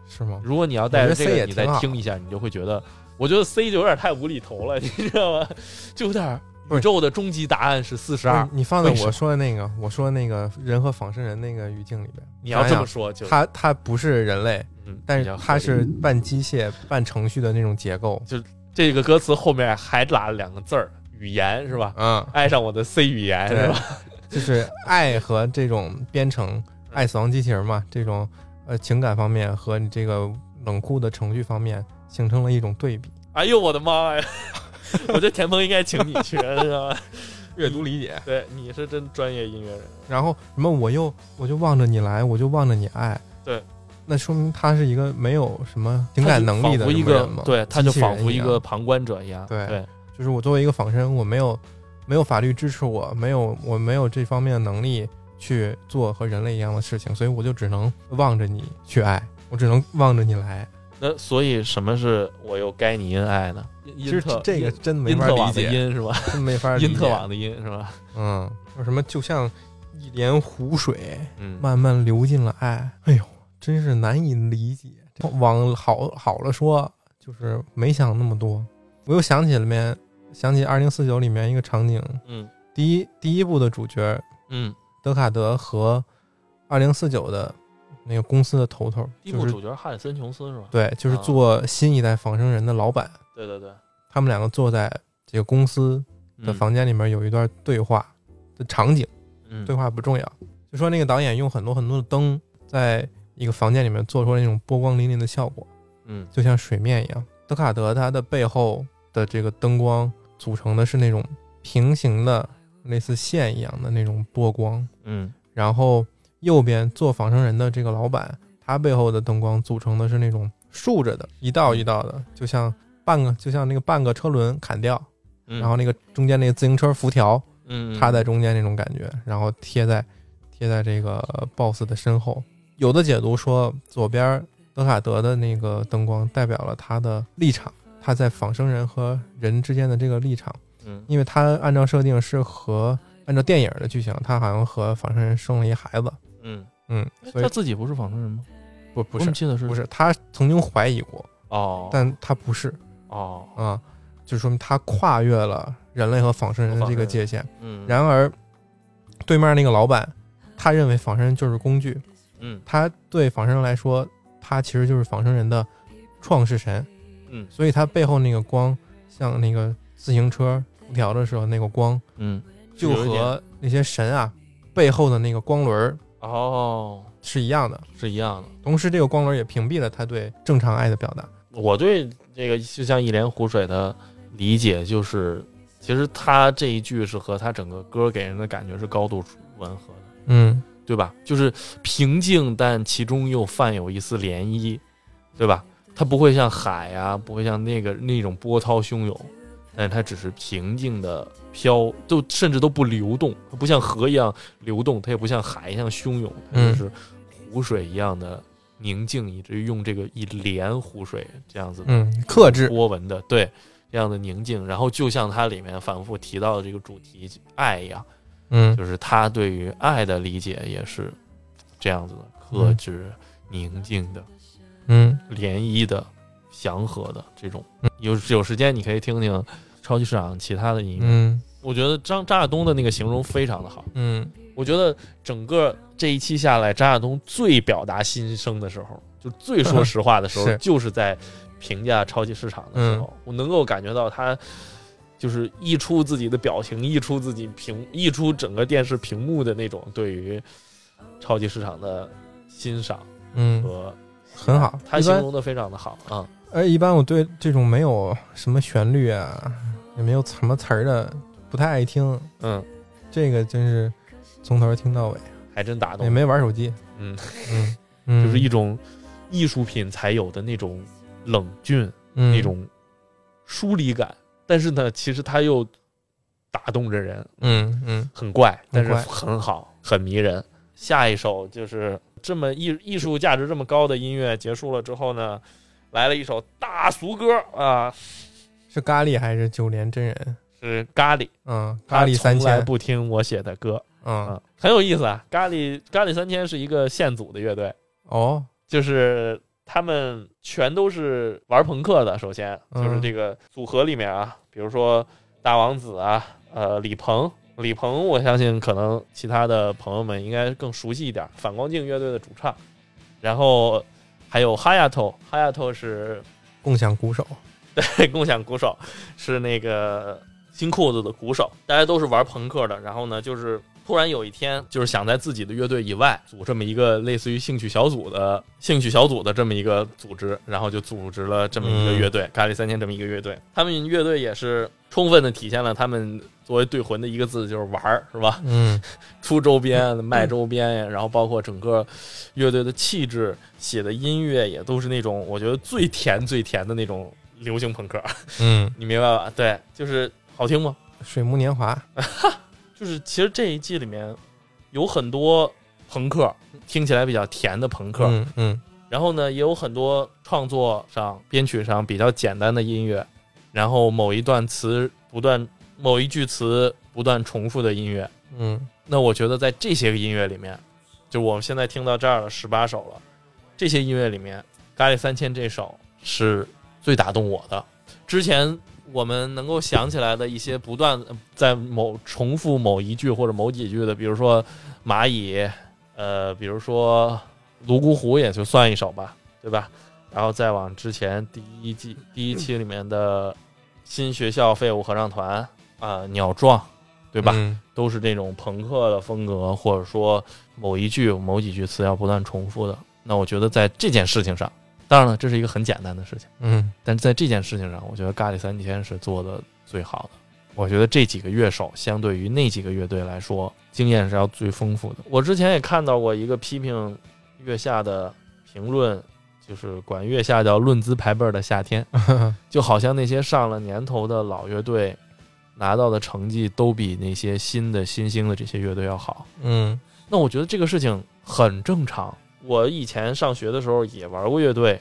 S1: 是吗？
S2: 如果你要带着这
S1: 我觉得 C
S2: 个，
S1: 也
S2: 你再
S1: 挺好
S2: 听一下，你就会觉得，我觉得 C 就有点太无厘头了，你知道吗？就有点儿
S1: 不是
S2: 宇宙的终极答案是四十二
S1: 不。是你放在
S2: 为什
S1: 我
S2: 么
S1: 说的那个我说的那个人和仿生人那个语境里边，
S2: 你要这
S1: 想想
S2: 么说就，
S1: 他他不是人类，
S2: 嗯
S1: 但
S2: 比
S1: 是
S2: 较合
S1: 他
S2: 理
S1: 是半机械半程序的那种结构，
S2: 这个歌词后面还拉了两个字儿，语言是 吧？
S1: 嗯，
S2: 爱上我的 C 语言
S1: 对
S2: 是吧？
S1: 就是爱和这种编
S2: 嗯
S1: 程，爱死亡机器人嘛，这种呃情感方面和你这个冷酷的程序方面形成了一种对比，
S2: 哎呦我的妈呀！ 我觉得田鹏应该请你去，是吧？阅读
S1: 理解。
S2: 对，你是真专业音乐人。
S1: 然后什么我又我就望着你来，我就望着你爱，
S2: 对，
S1: 那说明他是一个没有什么情感能力的
S2: 他就仿佛一
S1: 这么人
S2: 个
S1: 嘛，
S2: 对，他就
S1: 机器人
S2: 仿佛一
S1: 样
S2: 个旁观者一样。
S1: 对
S2: 对，
S1: 就是我作为一个仿生，我没有没有法律支持我，没有我没有这方面的能力去做和人类一样的事情，所以我就只能望着你去爱，我只能望着你来。
S2: 那所以什么是我又该你恩爱呢？
S1: 其
S2: 其
S1: 实这个真没
S2: 因
S1: 法
S2: 特
S1: 理
S2: 网的
S1: 解，
S2: 因是吧？
S1: 真没法理解。
S2: 因特网的因是吧？
S1: 嗯，说什么就像一帘湖水
S2: 嗯，
S1: 慢慢流进了爱，哎呦，真是难以理解。往好好了说，就是没想那么多。我又想起了面，想起《二零四九》里面一个场景，
S2: 嗯
S1: 第一第一部的主角
S2: 嗯，
S1: 德卡德和二零四九的那个公司的头头，
S2: 第一
S1: 就
S2: 部
S1: 是
S2: 主角汉森琼斯是吧？
S1: 对，就是做新一代仿生人的老板，
S2: 对对对，
S1: 他们两个坐在这个公司的
S2: 嗯
S1: 房间里面有一段对话的场景，
S2: 嗯
S1: 对话不重要，就说那个导演用很多很多的灯在一个房间里面做出了那种波光粼粼的效果，
S2: 嗯
S1: 就像水面一样。德卡德他的背后的这个灯光组成的是那种平行的类似线一样的那种波光，
S2: 嗯
S1: 然后右边做仿生人的这个老板，他背后的灯光组成的是那种竖着的，一道一道的，就像半个就像那个半个车轮砍掉，
S2: 嗯，
S1: 然后那个中间那个自行车辐条
S2: 嗯
S1: 插在中间那种感觉，然后贴在贴在这个 BOSS 的身后。有的解读说，左边德卡德的那个灯光代表了他的立场，他在仿生人和人之间的这个立场。
S2: 嗯
S1: 因为他按照设定是和按照电影的剧情，他好像和仿生人生了一孩子，
S2: 嗯，
S1: 嗯，
S2: 哎
S1: 所以
S2: 他自己不是仿生人吗？
S1: 不不
S2: 我怎
S1: 是
S2: 么记得是
S1: 不是，他曾经怀疑过，
S2: 哦，
S1: 但他不是
S2: 哦
S1: 啊，就说明他跨越了人类和仿生人的这个界限。
S2: 嗯，
S1: 然而，对面那个老板，他认为仿生人就是工具，
S2: 嗯
S1: 他对仿生人来说，他其实就是仿生人的创世神，
S2: 嗯
S1: 所以他背后那个光，像那个自行车辐条的时候那个光，
S2: 嗯
S1: 就
S2: 有一点
S1: 和那些神啊背后的那个光轮儿
S2: 哦
S1: 是一样的。
S2: 是一样的。
S1: 同时，这个光轮儿也屏蔽了他对正常爱的表达。
S2: 我对这个就像一帘湖水的理解就是，其实他这一句是和他整个歌给人的感觉是高度吻合的，
S1: 嗯
S2: 对吧？就是平静，但其中又泛有一丝涟漪，对吧？它不会像海啊，不会像那个那种波涛汹涌，但是它只是平静的飘，就甚至都不流动，它不像河一样流动，它也不像海一样汹涌，它
S1: 嗯
S2: 就是湖水一样的宁静，以至于用这个一帘湖水这样子
S1: 嗯，克制。
S2: 波纹的，对这样的宁静。然后就像它里面反复提到的这个主题爱一样，
S1: 嗯
S2: 就是他对于爱的理解也是这样子的，克制、宁静的、
S1: 嗯
S2: 涟漪的、祥和的这种
S1: 嗯。
S2: 有有时间你可以听听超级市场其他的音乐，
S1: 嗯
S2: 我觉得张张亚东的那个形容非常的好。
S1: 嗯
S2: 我觉得整个这一期下来，张亚东最表达心声的时候，就最说实话的时
S1: 嗯
S2: 候
S1: 是，嗯
S2: 就是在评价超级市场的时候，我能够感觉到他就是溢出自己的表情，溢出自己屏，溢出整个电视屏幕的那种对于超级市场的欣赏
S1: 嗯，
S2: 和
S1: 很好。
S2: 他
S1: 一
S2: 形
S1: 般
S2: 容的非常的好啊，
S1: 而一般我对这种没有什么旋律啊，也没有什么词儿的，不太爱听。
S2: 嗯，
S1: 这个真是从头听到尾，
S2: 还真打
S1: 也
S2: 动，
S1: 没玩手机。
S2: 嗯，
S1: 嗯嗯，
S2: 就是一种艺术品才有的那种冷峻。
S1: 嗯
S2: 那种疏离感，但是呢，其实它又打动着人，
S1: 嗯嗯，
S2: 很怪，但是
S1: 怪
S2: 很好，很迷人。下一首就是这么艺艺术价值这么高的音乐结束了之后呢，来了一首大俗歌啊，
S1: 是咖喱还是九连真人？
S2: 是咖喱，
S1: 嗯，
S2: 他
S1: 咖喱三
S2: 从来
S1: 千，
S2: 不听我写的歌
S1: 嗯
S2: 啊，很有意思啊。咖喱咖喱三千是一个现组的乐队，
S1: 哦，
S2: 就是他们全都是玩朋克的。首先
S1: 嗯
S2: 就是这个组合里面啊，比如说大王子啊，呃，李鹏，李鹏，我相信可能其他的朋友们应该更熟悉一点，反光镜乐队的主唱。然后还有哈亚头，哈亚头是
S1: 共享鼓手，
S2: 共享鼓手，是那个新裤子的鼓手，大家都是玩朋克的。然后呢，就是突然有一天，就是想在自己的乐队以外组这么一个类似于兴趣小组的兴趣小组的这么一个组织，然后就组织了这么一个乐队——咖喱三千这么一个乐队。他们乐队也是充分的体现了他们作为队魂的一个字，就是玩儿，是吧？
S1: 嗯
S2: 出周边、卖周边呀，然后包括整个乐队的气质、写的音乐也都是那种我觉得最甜最甜的那种流行朋克，
S1: 嗯，
S2: 你明白吧？对，就是好听吗？
S1: 水木年华，
S2: 就是其实这一季里面有很多朋克，听起来比较甜的朋克，
S1: 嗯嗯
S2: 然后呢也有很多创作上、编曲上比较简单的音乐，然后某一段词不断、某一句词不断重复的音乐，
S1: 嗯
S2: 那我觉得在这些个音乐里面，就我们现在听到这儿了，十八首了，这些音乐里面，《咖喱三千》这首是最打动我的。之前我们能够想起来的一些不断呃在某重复某一句或者某几句的，比如说蚂蚁，呃，比如说泸沽湖也就算一首吧，对吧？然后再往之前第一季第一期里面的新学校废物合唱团啊、鸟壮，对
S1: 对
S2: 吧？
S1: 嗯
S2: 都是这种朋克的风格，或者说某一句、某几句词要不断重复的。那我觉得在这件事情上，当然了，这是一个很简单的事情，
S1: 嗯
S2: 但是在这件事情上，我觉得咖喱三千是做的最好的。我觉得这几个乐手相对于那几个乐队来说，经验是要最丰富的。我之前也看到过一个批评月下的评论，就是管月下叫“论资排辈儿的夏天”，就好像那些上了年头的老乐队拿到的成绩都比那些新的新兴的这些乐队要好。
S1: 嗯
S2: 那我觉得这个事情很正常。我以前上学的时候也玩过乐队，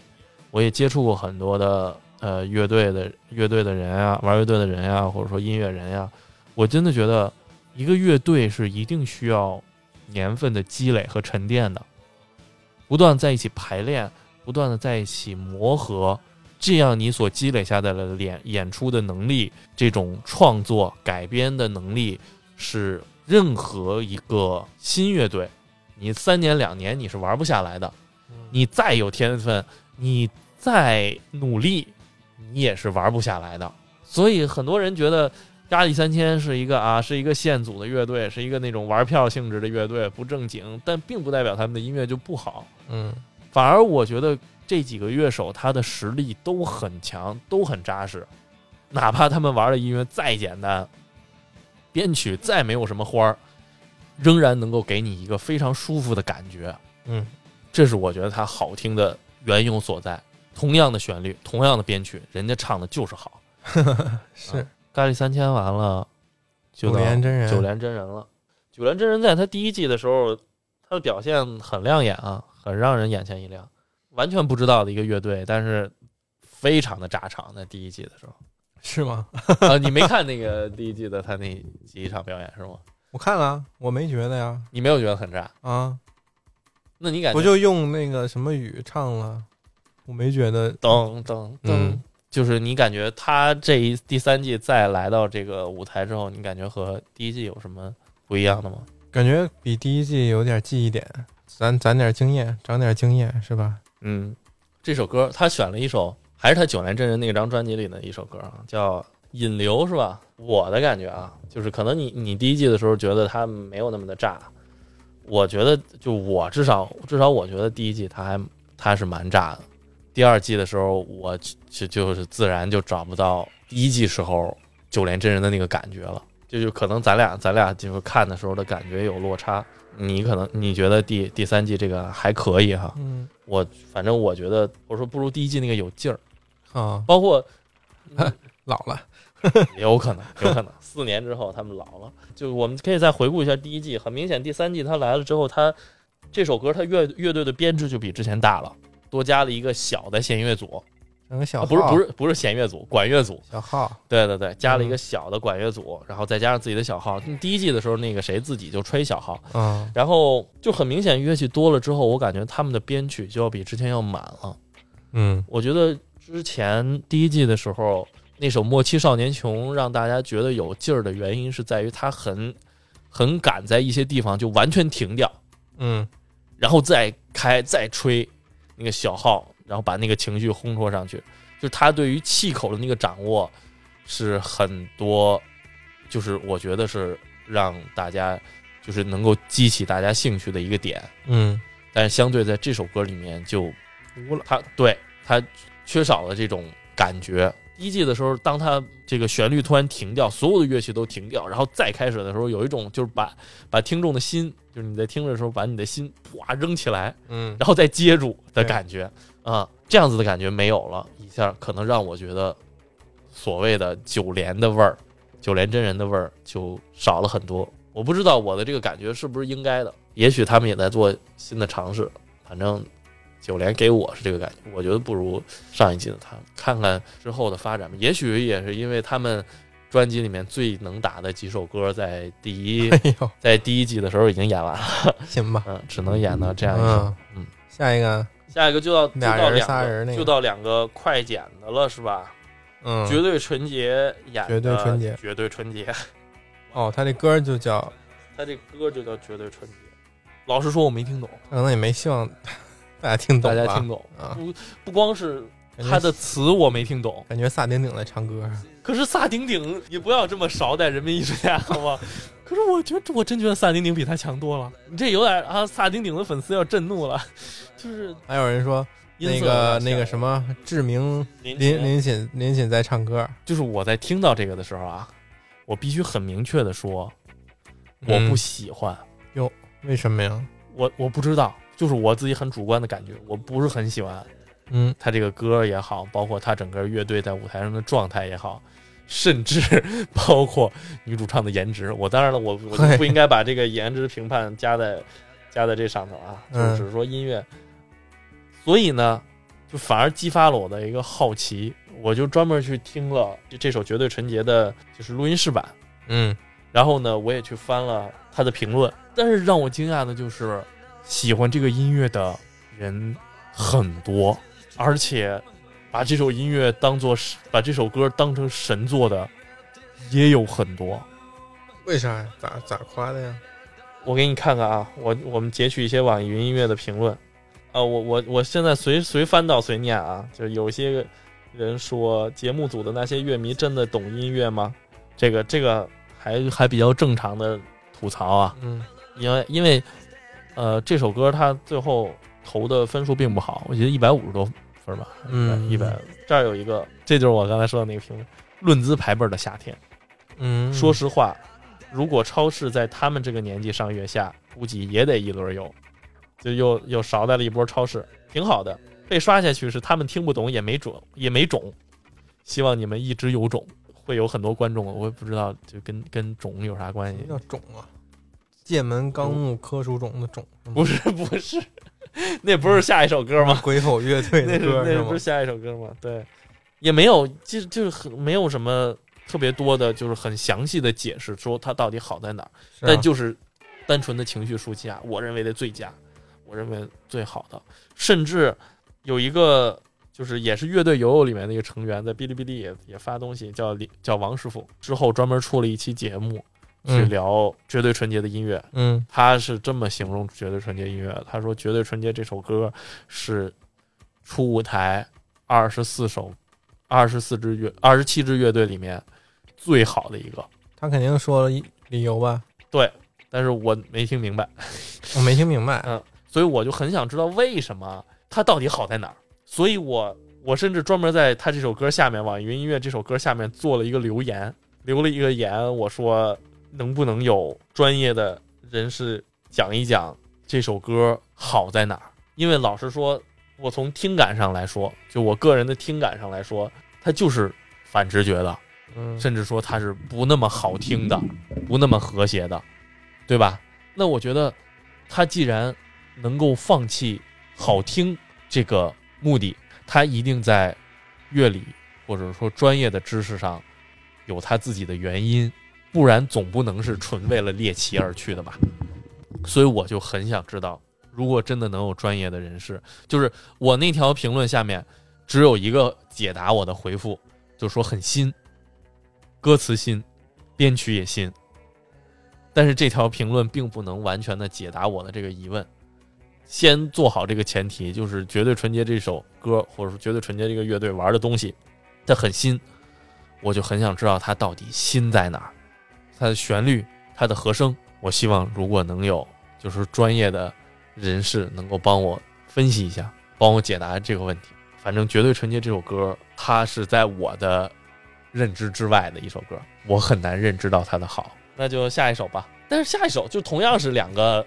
S2: 我也接触过很多的呃乐队的乐队的人啊，玩乐队的人呀、或者说音乐人呀、我真的觉得一个乐队是一定需要年份的积累和沉淀的，不断在一起排练，不断的在一起磨合，这样你所积累下来的演演出的能力，这种创作改编的能力，是任何一个新乐队，你三年两年你是玩不下来的。你再有天分，你再努力，你也是玩不下来的。所以很多人觉得压力三千是一个啊，是一个现组的乐队，是一个那种玩票性质的乐队，不正经，但并不代表他们的音乐就不好。
S1: 嗯
S2: 反而我觉得这几个乐手他的实力都很强，都很扎实，哪怕他们玩的音乐再简单，编曲再没有什么花儿，仍然能够给你一个非常舒服的感觉。
S1: 嗯
S2: 这是我觉得它好听的缘由所在。同样的旋律，同样的编曲，人家唱的就是好。
S1: 是
S2: 咖喱三千完了，就
S1: 九
S2: 到
S1: 连真人，
S2: 九连真人了。九连真人在他第一季的时候，他的表现很亮眼啊，很让人眼前一亮。完全不知道的一个乐队，但是非常的炸场。在第一季的时候
S1: 是吗？
S2: 啊，你没看那个 第一季的他那几场表演是吗？
S1: 我看了，啊我没觉得呀，
S2: 你没有觉得很炸？
S1: 啊，
S2: 那你感觉
S1: 我就用那个什么语唱了，我没觉得，
S2: 噔噔噔
S1: 嗯，
S2: 就是你感觉他这一第三季再来到这个舞台之后，你感觉和第一季有什么不一样的吗？
S1: 感觉比第一季有点记忆点，攒攒点经验，长点经验是吧？
S2: 嗯，这首歌他选了一首，还是他九连真人那张专辑里的一首歌啊，叫《引流》是吧？我的感觉啊，就是可能你你第一季的时候觉得他没有那么的炸，我觉得就我至少至少我觉得第一季他还他是蛮炸的，第二季的时候我就就是自然就找不到第一季时候九连真人的那个感觉了。这就可能咱俩咱俩就是看的时候的感觉有落差，你可能你觉得第第三季这个还可以哈，
S1: 嗯，
S2: 我反 正我觉得，我说不如第一季那个有劲儿，
S1: 啊，
S2: 包括
S1: 老了，
S2: 有可能，有可能四年之后他们老了，就我们可以再回顾一下第一季。很明显，第三季他来了之后，他这首歌他乐乐队的编制就比之前大了，多加了一个小的弦乐组，
S1: 整个小
S2: 啊、
S1: 号、
S2: 不是不是不是弦乐组，管乐组。
S1: 小嗯号，
S2: 对对对，加了一个小的管乐组，然后再加上自己的小号。第一季的时候，那个谁自己就吹小号，
S1: 嗯，
S2: 然后就很明显乐器多了之后，我感觉他们的编曲就要比之前要满了。
S1: 嗯
S2: 我觉得之前第一季的时候，那首《莫欺少年穷》让大家觉得有劲儿的原因，是在于他很很敢在一些地方就完全停掉，
S1: 嗯
S2: 然后再开再吹那个小号，然后把那个情绪烘托上去。就是他对于气口的那个掌握是很多，就是我觉得是让大家就是能够激起大家兴趣的一个点。
S1: 嗯，
S2: 但是相对在这首歌里面就
S1: 无了，
S2: 他对他缺少了这种感觉。第一季的时候，当他这个旋律突然停掉，所有的乐器都停掉，然后再开始的时候，有一种就是把把听众的心，就是你在听着的时候，把你的心哗扔起来，
S1: 嗯
S2: 然后再接住的感觉啊、这样子的感觉没有了，一下可能让我觉得所谓的九连的味儿，九连真人的味儿就少了很多。我不知道我的这个感觉是不是应该的，也许他们也在做新的尝试。反正九连给我是这个感觉，我觉得不如上一季的他们，看看之后的发展吧。也许也是因为他们专辑里面最能打的几首歌，在 第一
S1: 哎呦，
S2: 在第一季的时候已经演完了，
S1: 行吧，
S2: 嗯，只能演到这样一首。
S1: 嗯
S2: 嗯，
S1: 下一个，
S2: 下一个就到
S1: 俩
S2: 就到
S1: 人
S2: 两
S1: 仨人那个
S2: 就到两个快剪的了，是吧？
S1: 嗯，
S2: 绝对纯洁演的
S1: 绝对纯洁
S2: 绝对纯洁，
S1: 哦，他这歌就叫，
S2: 他这歌就叫绝对纯洁。老实说，我没听懂，
S1: 可能也没希望 大家听懂
S2: 大
S1: 吧，
S2: 家听懂。
S1: 啊，
S2: 不光是
S1: 感觉
S2: 他的词我没听懂，
S1: 感觉萨顶顶在唱歌，
S2: 可是萨顶顶，你不要这么少待人民艺术家好 吗？可是我觉得，我真觉得萨顶顶比他强多了。你这有点啊，萨顶顶的粉丝要震怒了，就是
S1: 还有人说
S2: 音
S1: 那
S2: 色有
S1: 个
S2: 点
S1: 那个
S2: 像
S1: 什么志明林
S2: 林琴
S1: 林寝林寝在唱歌，
S2: 就是我在听到这个的时候啊，我必须很明确的说，我
S1: 嗯
S2: 不喜欢，
S1: 为什么呀？
S2: 我我不知道，就是我自己很主观的感觉，我不是很喜欢
S1: 嗯，
S2: 他这个歌也好，包括他整个乐队在舞台上的状态也好，甚至 包括女主唱的颜值。我当然了，我我
S1: 嘿
S2: 就不应该把这个颜值评判加在加在这上头啊，就
S1: 嗯
S2: 是只是说音乐。所以呢，就反而激发了我的一个好奇，我就专门去听了这这首《绝对纯洁》的，就是录音室版。
S1: 嗯，
S2: 然后呢，我也去翻了他的评论，但是让我惊讶的就是，喜欢这个音乐的人很多，而且把这首音乐当做是把这首歌当成神作的也有很多。
S1: 为啥呀？咋咋夸的呀？
S2: 我给你看看啊，我我们截取一些网易云音乐的评论，啊，我我我现在随随翻到随念啊，就有些人说节目组的那些乐迷真的懂音乐吗？这个这个还还比较正常的吐槽啊，
S1: 嗯
S2: 因为因为呃这首歌它最后投的分数并不好，我觉得一百五十多分吧，
S1: 嗯
S2: 一百这儿有一个，这就是我刚才说的那个评论，论资排辈儿的夏天。
S1: 嗯，
S2: 说实话，如果超市在他们这个年纪上月下，估计也得一轮游，就又又捎带了一波超市，挺好的。被刷下去是他们听不懂，也没准，也没种。希望你们一直有种，会有很多观众，我也不知道就跟跟种有啥关
S1: 什
S2: 系
S1: 么。叫种啊？界门纲目科属种的种 是吗
S2: 不是不是， 那不是下一首歌吗？
S1: 鬼吼乐队的
S2: 那是
S1: 歌
S2: 那
S1: 是
S2: 是
S1: 吗
S2: 不是？下一首歌吗？对，也没有，就就是很没有什么特别多的，就是很详细的解释说它到底好在哪儿，
S1: 是啊
S2: 但就是单纯的情绪抒情啊，我认为的最佳，我认为最好的，甚至有一个。就是也是乐队友友里面的一个成员，在哔哩哔哩也也发东西，叫李叫王师傅，之后专门出了一期节目去
S1: 嗯
S2: 聊绝对纯洁的音乐，
S1: 嗯
S2: 他是这么形容《绝对纯洁》音乐的，他说，《绝对纯洁》这首歌是初舞台二十四首、二十四支乐、二十七支乐队里面最好的一个。
S1: 他肯定说了一理由吧？
S2: 但是我没听明白，
S1: 我没听明白。
S2: 所以我就很想知道为什么它到底好在哪儿。所以我我甚至专门在他这首歌下面，网易云音乐这首歌下面做了一个留言，留了一个言，我说能不能有专业的人士讲一讲这首歌好在哪儿？因为老实说，我从听感上来说，就我个人的听感上来说，它就是反直觉的，
S1: 嗯，
S2: 甚至说它是不那么好听的，不那么和谐的，对吧？那我觉得，他既然能够放弃好听这个目的，他一定在乐理或者说专业的知识上有他自己的原因，不然总不能是纯为了猎奇而去的吧？所以我就很想知道，如果真的能有专业的人士，就是我那条评论下面只有一个解答我的回复，就说很新，歌词新，编曲也新。但是这条评论并不能完全的解答我的这个疑问。先做好这个前提，就是《绝对纯洁》这首歌，或者说《绝对纯洁》这个乐队玩的东西，它很新，我就很想知道它到底新在哪儿，它的旋律、它的和声，我希望如果能有就是专业的人士能够帮我分析一下，帮我解答这个问题。反正《绝对纯洁》这首歌，它是在我的认知之外的一首歌，我很难认知到它的好。那就下一首吧。但是下一首就同样是两个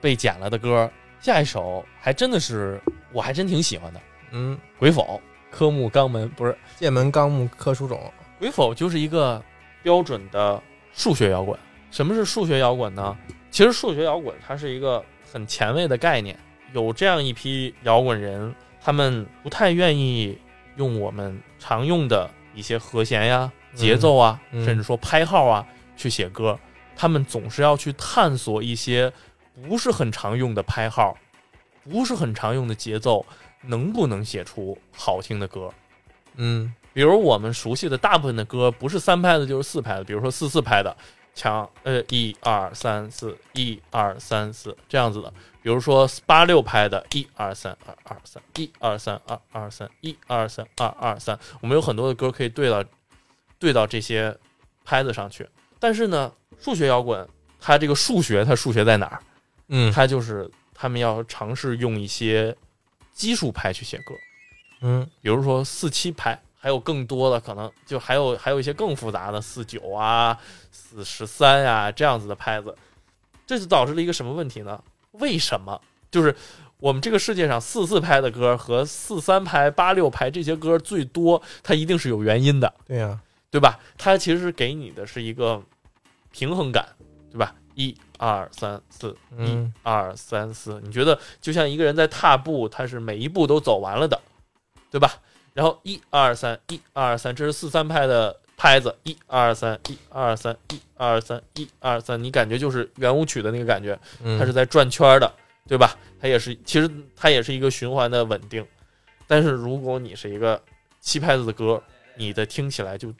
S2: 被剪了的歌，下一首还真的是我还真挺喜欢的，《
S1: 嗯，
S2: 鬼否》科目肛门不是
S1: 剑门纲目科属种，
S2: 鬼否就是一个标准的数学摇滚。什么是数学摇滚呢？其实数学摇滚它是一个很前卫的概念，有这样一批摇滚人，他们不太愿意用我们常用的一些和弦呀、
S1: 嗯
S2: 节奏啊，
S1: 嗯
S2: 甚至说拍号啊去写歌，他们总是要去探索一些不是很常用的拍号，不是很常用的节奏，能不能写出好听的歌？
S1: 嗯
S2: 比如我们熟悉的大部分的歌，不是三拍的，就是四拍的，比如说四四拍的，强呃一二三四一二三四这样子的，比如说八六拍的，一二三二二三一二三二二三一二三二二三，我们有很多的歌可以对到对到这些拍子上去。但是呢，数学摇滚它这个数学它数学在哪儿？
S1: 嗯
S2: 它就是他们要尝试用一些基数拍去写歌。
S1: 嗯
S2: 比如说四七拍，还有更多的可能，就还有还有一些更复杂的四九啊、四十三啊这样子的拍子，这就导致了一个什么问题呢？为什么就是我们这个世界上四四拍的歌和四三拍、八六拍这些歌最多，它一定是有原因的。
S1: 对呀、
S2: 对吧？它其实给你的是一个平衡感，对吧？一二三四，一
S1: 嗯
S2: 二三四，你觉得就像一个人在踏步，他是每一步都走完了的，对吧？然后一二三，一二三，这是四三拍的拍子，一二三，一二三，一二三，一二三，你感觉就是圆舞曲的那个感觉，
S1: 嗯，
S2: 它是在转圈儿的，对吧？它也是，其实它也是一个循环的稳定。但是如果你是一个七拍子的歌，你的听起来就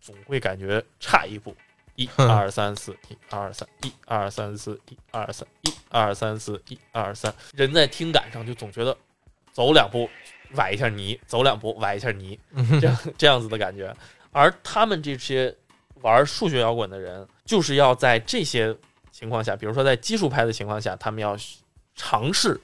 S2: 总会感觉差一步。一二三四，一二三，一二三四，一二三，一二三四，一二三。人在听感上就总觉得走两步崴一下泥，走两步崴一下泥，这样这样子的感觉。而他们这些玩数学摇滚的人，就是要在这些情况下，比如说在基数拍的情况下，他们要尝试，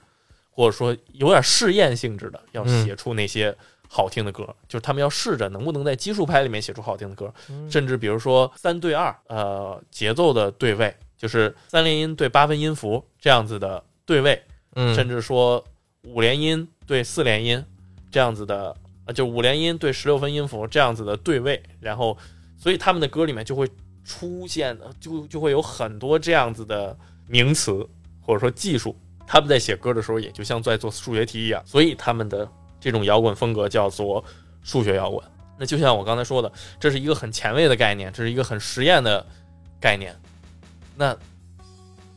S2: 或者说有点试验性质的，要
S1: 嗯
S2: 写出那些好听的歌，就是他们要试着能不能在基数拍里面写出好听的歌，
S1: 嗯
S2: 甚至比如说三对二，呃，节奏的对位，就是三连音对八分音符这样子的对位，
S1: 嗯
S2: 甚至说五连音对四连音这样子的，呃，就五连音对十六分音符这样子的对位，然后所以他们的歌里面就会出现，呃就就会有很多这样子的名词或者说技术，他们在写歌的时候也就像在做数学题一样，所以他们的这种摇滚风格叫做数学摇滚。那就像我刚才说的，这是一个很前卫的概念，这是一个很实验的概念，那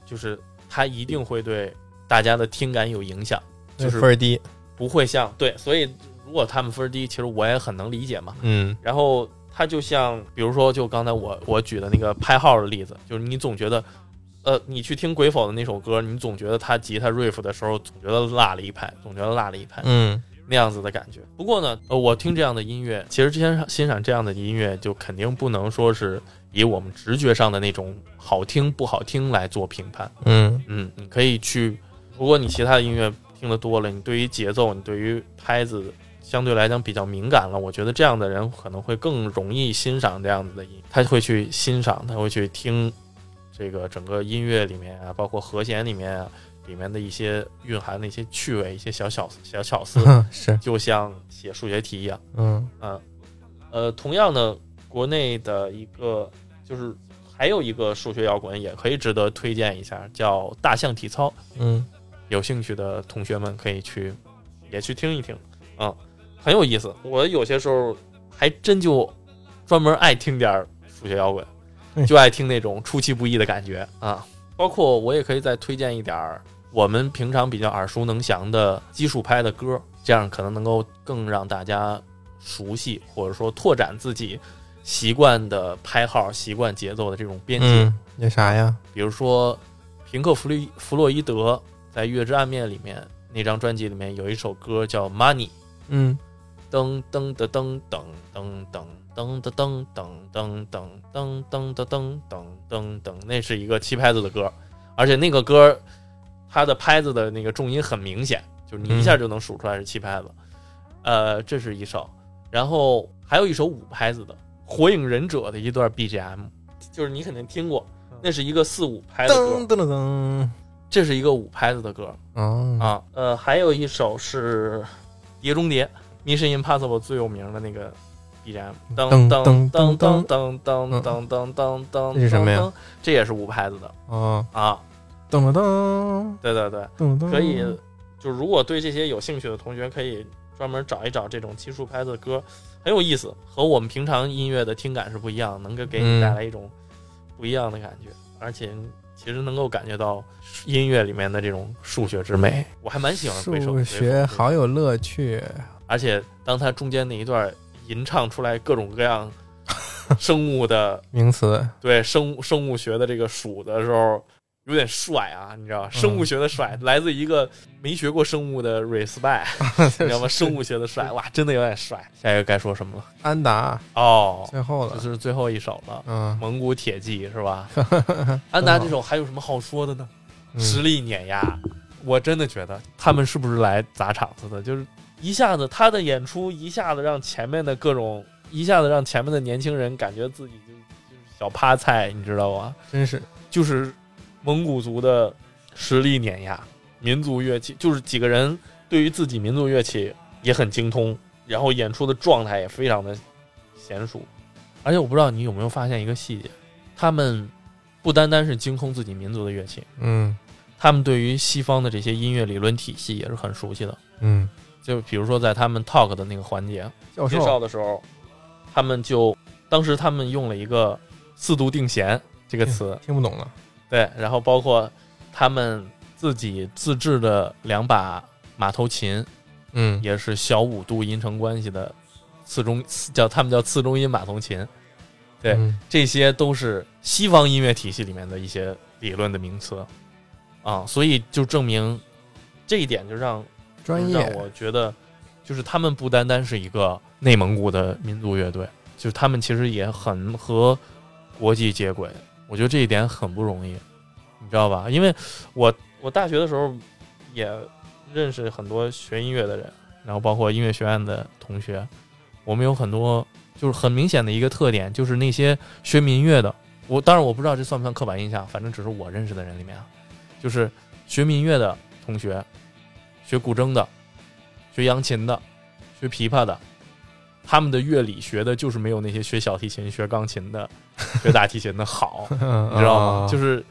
S2: 就是它一定会对大家的听感有影响，
S1: 对
S2: 就是
S1: 嗯分儿低，
S2: 不会像对，所以如果他们分儿低，其实我也很能理解嘛。
S1: 嗯
S2: 然后它就像，比如说，就刚才我我举的那个拍号的例子，就是你总觉得，呃，你去听鬼否的那首歌，你总觉得他吉他 riff 的时候，总觉得落了一拍，总觉得落了一拍，
S1: 嗯
S2: 那样子的感觉。不过呢，呃，我听这样的音乐，其实之前欣赏这样的音乐，就肯定不能说是以我们直觉上的那种好听不好听来做评判。
S1: 嗯
S2: 嗯，你可以去，如果你其他的音乐听得多了，你对于节奏，你对于拍子相对来讲比较敏感了，我觉得这样的人可能会更容易欣赏这样子的音，他会去欣赏，他会去听这个整个音乐里面啊，包括和弦里面啊，里面的一些蕴含的一些趣味，一些小小小巧思，
S1: 嗯 是
S2: 就像写数学题一样。
S1: 嗯
S2: 呃，同样的，国内的一个，就是还有一个数学摇滚也可以值得推荐一下，叫大象体操。
S1: 嗯
S2: 有兴趣的同学们可以去也去听一听，啊，很有意思。我有些时候还真就专门爱听点儿数学摇
S1: 嗯
S2: 滚，就爱听那种出其不意的感觉啊。包括我也可以再推荐一点儿我们平常比较耳熟能详的基数拍的歌，这样可能能够更让大家熟悉，或者说拓展自己习惯的拍号、习惯节奏的这种编辑。
S1: 嗯，那啥呀？
S2: 比如说平克·弗洛弗洛伊德在《月之暗面》里面那张专辑里面有一首歌叫《Money》，
S1: 嗯
S2: 噔噔的噔噔噔噔噔的噔噔噔噔噔噔的噔噔噔噔，那是一个七拍子的歌，而且那个歌它的拍子的那个重音很明显，就是你一下就能数出来是七拍子。呃，这是一首，然后还有一首五拍子的《火影忍者》的一段 BGM，就是你肯定听过，那是一个四五拍的歌
S1: 噔。噔噔噔。
S2: 这是一个五拍子的歌
S1: 哦，
S2: 啊，呃，还有一首是《碟中谍》，Mission Impossible 最有名的那个 BGM，
S1: 噔
S2: 噔
S1: 噔
S2: 噔
S1: 噔噔
S2: 噔噔噔噔噔噔噔噔，
S1: 这是什么呀？
S2: 这也是五拍子的
S1: 哦，
S2: 啊，
S1: 噔了噔
S2: 对对对，
S1: 噔了噔，
S2: 可以，就如果对这些有兴趣的同学，可以专门找一找这种奇数拍子的歌，很有意思，和我们平常音乐的听感是不一样，能够给
S1: 嗯
S2: 你带来一种不一样的感觉，而且其实能够感觉到音乐里面的这种数学之美，我还蛮喜欢回首
S1: 数学，
S2: 回首
S1: 好有乐趣。
S2: 而且当它中间那一段吟唱出来各种各样生物的
S1: 名 词，
S2: 对生物生物学的这个数的时候，有点帅啊，你知道吧？生物学的帅、来自一个没学过生物的 respect，你知 道吗？生物学的帅，哇，真的有点帅。下一个该说什么了？
S1: 安达
S2: 哦，
S1: 最后
S2: 这
S1: 了，
S2: 是最后一首了，
S1: 嗯
S2: 《蒙古铁骑》是 吧？
S1: 嗯，
S2: 安达这首还有什么好说的呢？实力碾压，我真的觉得他们是不是来砸场子的？就是一下子他的演出，一下子让前面的各种，一下子让前面的年轻人感觉自己就就是小趴菜，你知道吗？
S1: 真是
S2: 就是蒙古族的实力碾压，民族乐器就是几个人对于自己民族乐器也很精通，然后演出的状态也非常的娴熟。而且我不知道你有没有发现一个细节，他们不单单是精通自己民族的乐器，
S1: 嗯
S2: 他们对于西方的这些音乐理论体系也是很熟悉的。
S1: 嗯，
S2: 就比如说在他们 talk 的那个环节
S1: 教
S2: 介
S1: 授
S2: 绍的时候，他们就当时他们用了一个“四度定弦”这个词，
S1: 听不懂了，
S2: 对，然后包括他们自己自制的两把马头琴，
S1: 嗯
S2: 也是小五度音程关系的次中次叫他们叫次中音马头琴，对
S1: 嗯
S2: 这些都是西方音乐体系里面的一些理论的名词啊，所以就证明这一点，就让
S1: 专
S2: 嗯让
S1: 业，，
S2: 我觉得，就是他们不单单是一个内蒙古的民族乐队，就是他们其实也很和国际接轨。我觉得这一点很不容易，你知道吧？因为我我大学的时候也认识很多学音乐的人，然后包括音乐学院的同学，我们有很多就是很明显的一个特点，就是那些学民乐的，我当然我不知道这算不算刻板印象，反正只是我认识的人里面啊，就是学民乐的同学，学古筝的，学扬琴的，学琵琶的，他们的乐理学的就是没有那些学小提琴、学钢琴的、学大提琴的好
S1: 你，
S2: 你知道吗？就是是
S1: 嗯哦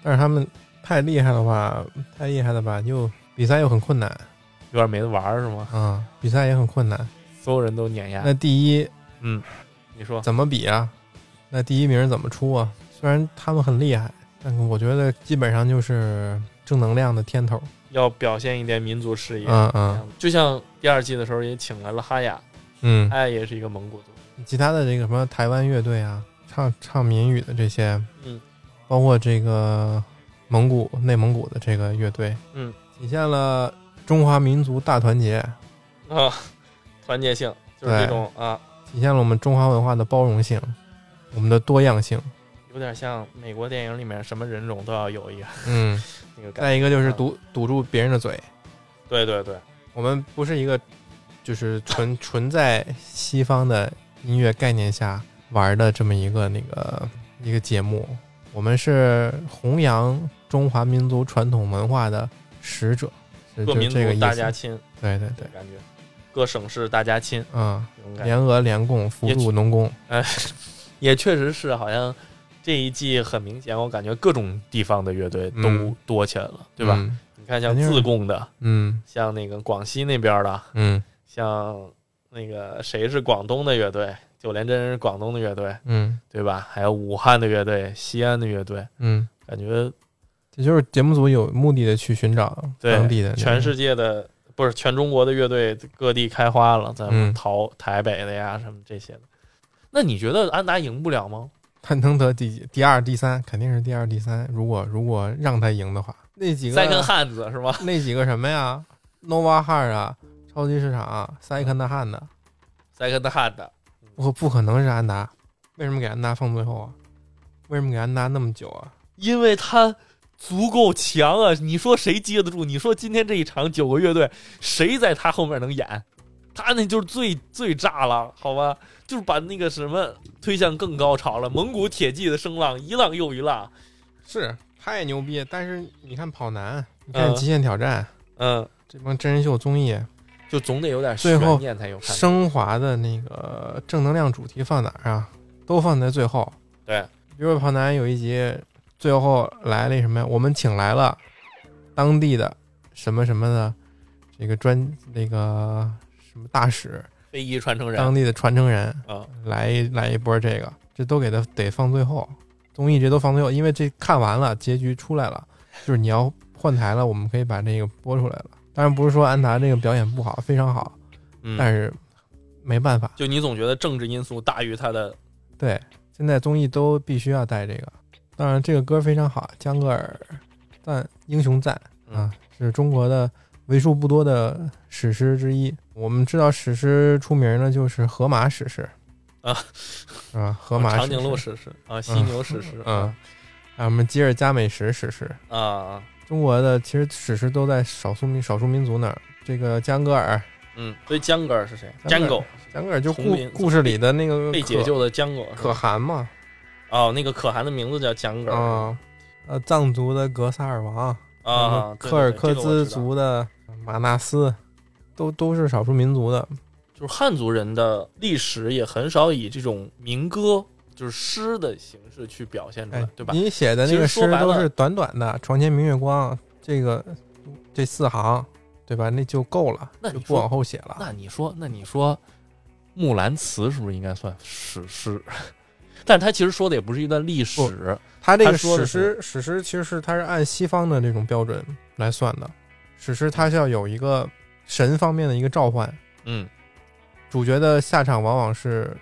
S1: 但是他们太厉害了吧，太厉害了吧，又比赛又很困难
S2: 有点没得玩儿是吗？
S1: 啊，比赛也很困难。
S2: 所有人都碾压
S1: 那，第一
S2: 嗯，你说
S1: 怎么比啊？那第一名怎么出啊？虽然他们很厉害，但我觉得基本上就是正能量的天头。
S2: 要表现一点民族视野，
S1: 嗯嗯
S2: 就像第二季的时候也请来了哈雅，
S1: 嗯，
S2: 爱也是一个蒙古族，
S1: 其他的这个什么台湾乐队啊，唱唱民语的这些，
S2: 嗯，
S1: 包括这个蒙古、内蒙古的这个乐队，
S2: 嗯，
S1: 体现了中华民族大团结，
S2: 啊，团结性就是
S1: 对
S2: 这种啊，
S1: 体现了我们中华文化的包容性，我们的多样性。
S2: 有点像美国电影里面什么人种都要有一个
S1: 嗯，
S2: 那个感觉。
S1: 再一个就是
S2: 嗯
S1: 堵堵住别人的嘴，
S2: 对对对，
S1: 我们不是一个就是纯纯在西方的音乐概念下玩的这么一个那个一个节目，我们是弘扬中华民族传统文化的使者，是
S2: 各
S1: 就
S2: 民
S1: 这个
S2: 族
S1: 意
S2: 大家
S1: 思。
S2: 亲
S1: 对对
S2: 的
S1: 对，
S2: 感觉。各省市大家亲
S1: 啊，
S2: 这种感觉。
S1: 联俄联共扶
S2: 也
S1: 助农工，
S2: 也确实是，好像这一季很明显，我感觉各种地方的乐队都
S1: 嗯
S2: 多起来了，对吧？
S1: 嗯？
S2: 你看，像
S1: 肯定是
S2: 自贡的，
S1: 嗯
S2: 像那个广西那边的，
S1: 嗯
S2: 像那个谁是广东的乐队，九连真是广东的乐队，
S1: 嗯
S2: 对吧？还有武汉的乐队、西安的乐队，
S1: 嗯，
S2: 感觉
S1: 这就是节目组有目的的去寻找
S2: 对
S1: 当地的
S2: 全世界的不是全中国的乐队各地开花了，咱们
S1: 嗯
S2: 淘、台北的呀，什么这些的。那你觉得安达赢不了吗？
S1: 他能得第第二、第三，肯定是第二、第三。如果如果让他赢的话，那几
S2: 塞根
S1: 个
S2: 汉子是吗？
S1: 那几个什么呀，Nova Hard 啊，超级市场啊、Second Hand 啊
S2: 塞根汉子，
S1: 我不可能是安达，为什么给安达放最后啊？为什么给安达那么久啊？
S2: 因为他足够强啊！你说谁接得住？你说今天这一场九个乐队，谁在他后面能演？他那就是最最炸了，好吧？就是把那个什么推向更高潮了。蒙古铁骑的声浪一浪又一浪，
S1: 是太牛逼，但是你看跑男，你看
S2: 嗯
S1: 极限挑战、
S2: 嗯，
S1: 这帮真人秀综艺，
S2: 就总得有点
S1: 最后
S2: 悬念才有看头。
S1: 升华的那个正能量主题放哪儿啊？都放在最后。
S2: 对，
S1: 比如说跑男有一集，最后来了一什么呀？我们请来了当地的什么什么的这个专那个什么大使，
S2: 非遗传承人
S1: 当地的传承人
S2: 啊，
S1: 来一来一波这个，这都给他得放最后，综艺这都放最后，因为这看完了结局出来了，就是你要换台了，我们可以把这个播出来了。当然不是说安达这个表演不好，非常好，但
S2: 嗯，
S1: 是没办法。
S2: 就你总觉得政治因素大于他的，
S1: 对，现在综艺都必须要带这个。当然，这个歌非常好，江格尔赞英雄赞
S2: 嗯
S1: 啊，是中国的为数不多的史诗之一。我们知道史诗出名的就是荷马史诗
S2: 啊，哦
S1: 是吧？荷马史诗
S2: 长颈鹿史诗啊，犀牛史诗
S1: 嗯，啊，我们吉尔加美什史诗，
S2: 啊啊，
S1: 中国的其实史诗都在少数民少数民族那儿。这个江格尔，
S2: 嗯，所以江格尔是谁
S1: 江格
S2: ？Django
S1: 尔江格尔就
S2: 丛
S1: 故
S2: 林
S1: 故事里的那个
S2: 被解
S1: 可
S2: 救的 Django 是吧
S1: 可汗嘛，
S2: 哦，那个可汗的名字叫江格尔
S1: 啊，呃，藏族的格萨尔王
S2: 啊，对
S1: 嗯科尔
S2: 对
S1: 克
S2: 对这个我
S1: 孜
S2: 知道
S1: 族的马纳斯，都都是少数民族的。
S2: 就是汉族人的历史也很少以这种民歌，就是诗的形式去表现出来
S1: 哎，，
S2: 对吧？
S1: 你写的那个
S2: 其
S1: 诗
S2: 实说白
S1: 都
S2: 了
S1: 是短短的，“床前明月光”这个这四行，对吧？那就够了，
S2: 那
S1: 就
S2: 你
S1: 不往
S2: 说，
S1: 后写了。
S2: 那你说，那你说，《木兰辞》是不是应该算史诗？ 但他其实说的也不是一段历史，
S1: 他这
S2: 他
S1: 个
S2: 说
S1: 史
S2: 的
S1: 诗，史诗其实是它是按西方的这种标准来算的，史诗它是要有一个神方面的一个召唤，
S2: 嗯，
S1: 啊主角的下场往往是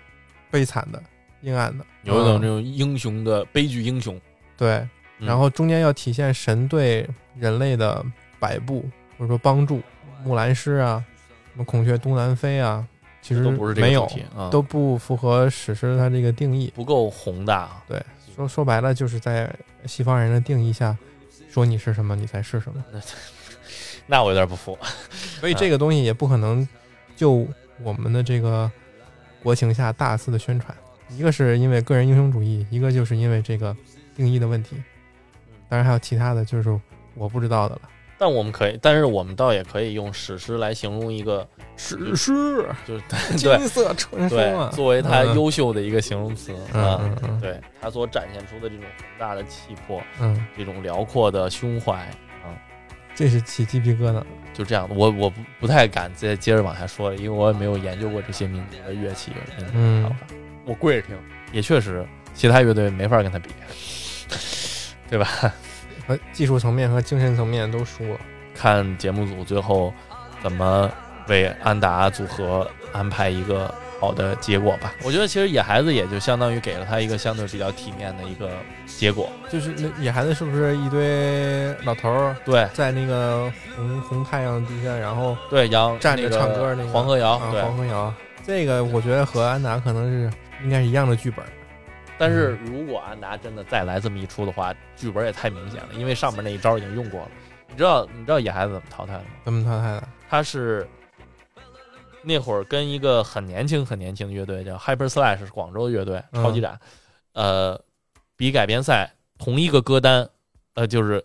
S1: 悲惨的、阴暗的，
S2: 有一种
S1: 嗯
S2: 这种英雄的悲剧英雄，
S1: 对，
S2: 嗯
S1: 然后中间要体现神对人类的摆布或者说帮助，木兰诗啊，什么孔雀东南飞啊，其实
S2: 都不是这
S1: 没
S2: 个主
S1: 有，
S2: 题啊，
S1: 都不符合史诗它这个定义。
S2: 不够宏大啊。
S1: 对，说说白了就是在西方人的定义下，说你是什么，你才是什么。
S2: 那我有点不服。
S1: 所以
S2: 哎
S1: 这个东西也不可能就我们的这个国情下大肆的宣传。一个是因为个人英雄主义，一个就是因为这个定义的问
S2: 嗯
S1: 题。当然还有其他的，就是我不知道的了。
S2: 但我们可以，但是我们倒也可以用史诗来形容一个，
S1: 史诗，
S2: 就是对
S1: 金色春
S2: 对
S1: 风，啊！
S2: 作为它
S1: 嗯
S2: 优秀的一个形容词啊，
S1: 嗯嗯
S2: 对它所展现出的这种宏大的气魄，
S1: 嗯嗯，
S2: 这种辽阔的胸怀，
S1: 这是起鸡皮疙瘩。
S2: 就这样。我我不不太敢再接着往下说了，因为我也没有研究过这些民族的乐器。
S1: 嗯
S2: 好吧，我跪着听，也确实，其他乐队没法跟他比。对吧？
S1: 和技术层面和精神层面都输了。
S2: 看节目组最后怎么为安达组合安排一个好的结果吧。我觉得其实野孩子也就相当于给了他一个相对比较体面的一个结果。
S1: 就是那野孩子是不是一堆老头儿
S2: 对
S1: 在那个红红太阳底下，然后
S2: 对，然后
S1: 站着
S2: 那个
S1: 唱歌那个
S2: 黄河谣，
S1: 啊
S2: 对。
S1: 黄河谣？这个我觉得和安达可能是应该是一样的剧本。
S2: 但是如
S1: 嗯
S2: 果安达真的再来这么一出的话，剧本也太明显了，因为上面那一招已经用过了。你知道你知道野孩子怎么淘汰的吗？
S1: 怎么淘汰的？
S2: 他是那会儿跟一个很年轻很年轻的乐队叫 Hyper Slash，是广州乐队，
S1: 嗯
S2: 超级展，呃，比改编赛同一个歌单，呃，就是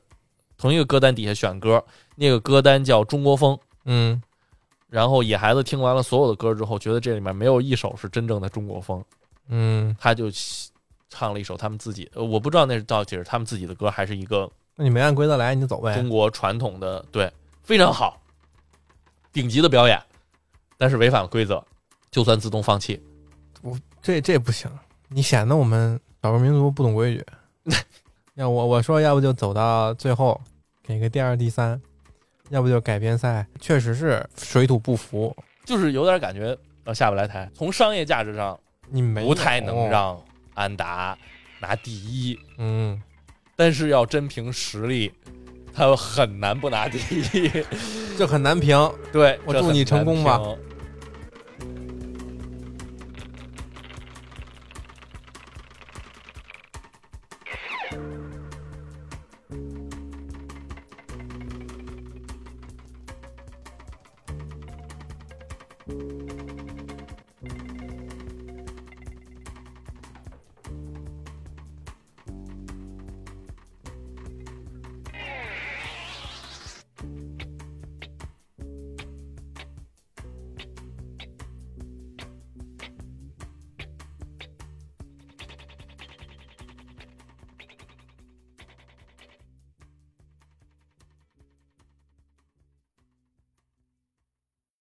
S2: 同一个歌单底下选歌，那个歌单叫中国风，
S1: 嗯
S2: 然后野孩子听完了所有的歌之后，觉得这里面没有一首是真正的中国风，
S1: 嗯，
S2: 他就喜唱了一首他们自己，呃我不知道那是到底是他们自己的歌，还是一个
S1: 那你没按规则来你就走呗
S2: 中。国传统的，对，非常好，顶级的表演，但是违反了规则，就算自动放弃。
S1: 这这不行，你显得我们少数民族不懂规矩。 要我我说，要不就走到最后，给个第二、第三，要不就改编赛，确实是水土不服。
S2: 就是有点感觉呃下不来台。从商业价值上，
S1: 你没
S2: 不太能
S1: 有，
S2: 让安达拿第一，
S1: 嗯，
S2: 但是要真凭实力，他很难不拿第 一。
S1: 这很难评。
S2: 对，
S1: 我
S2: 这
S1: 祝
S2: 很
S1: 你成
S2: 难
S1: 功吧
S2: 评。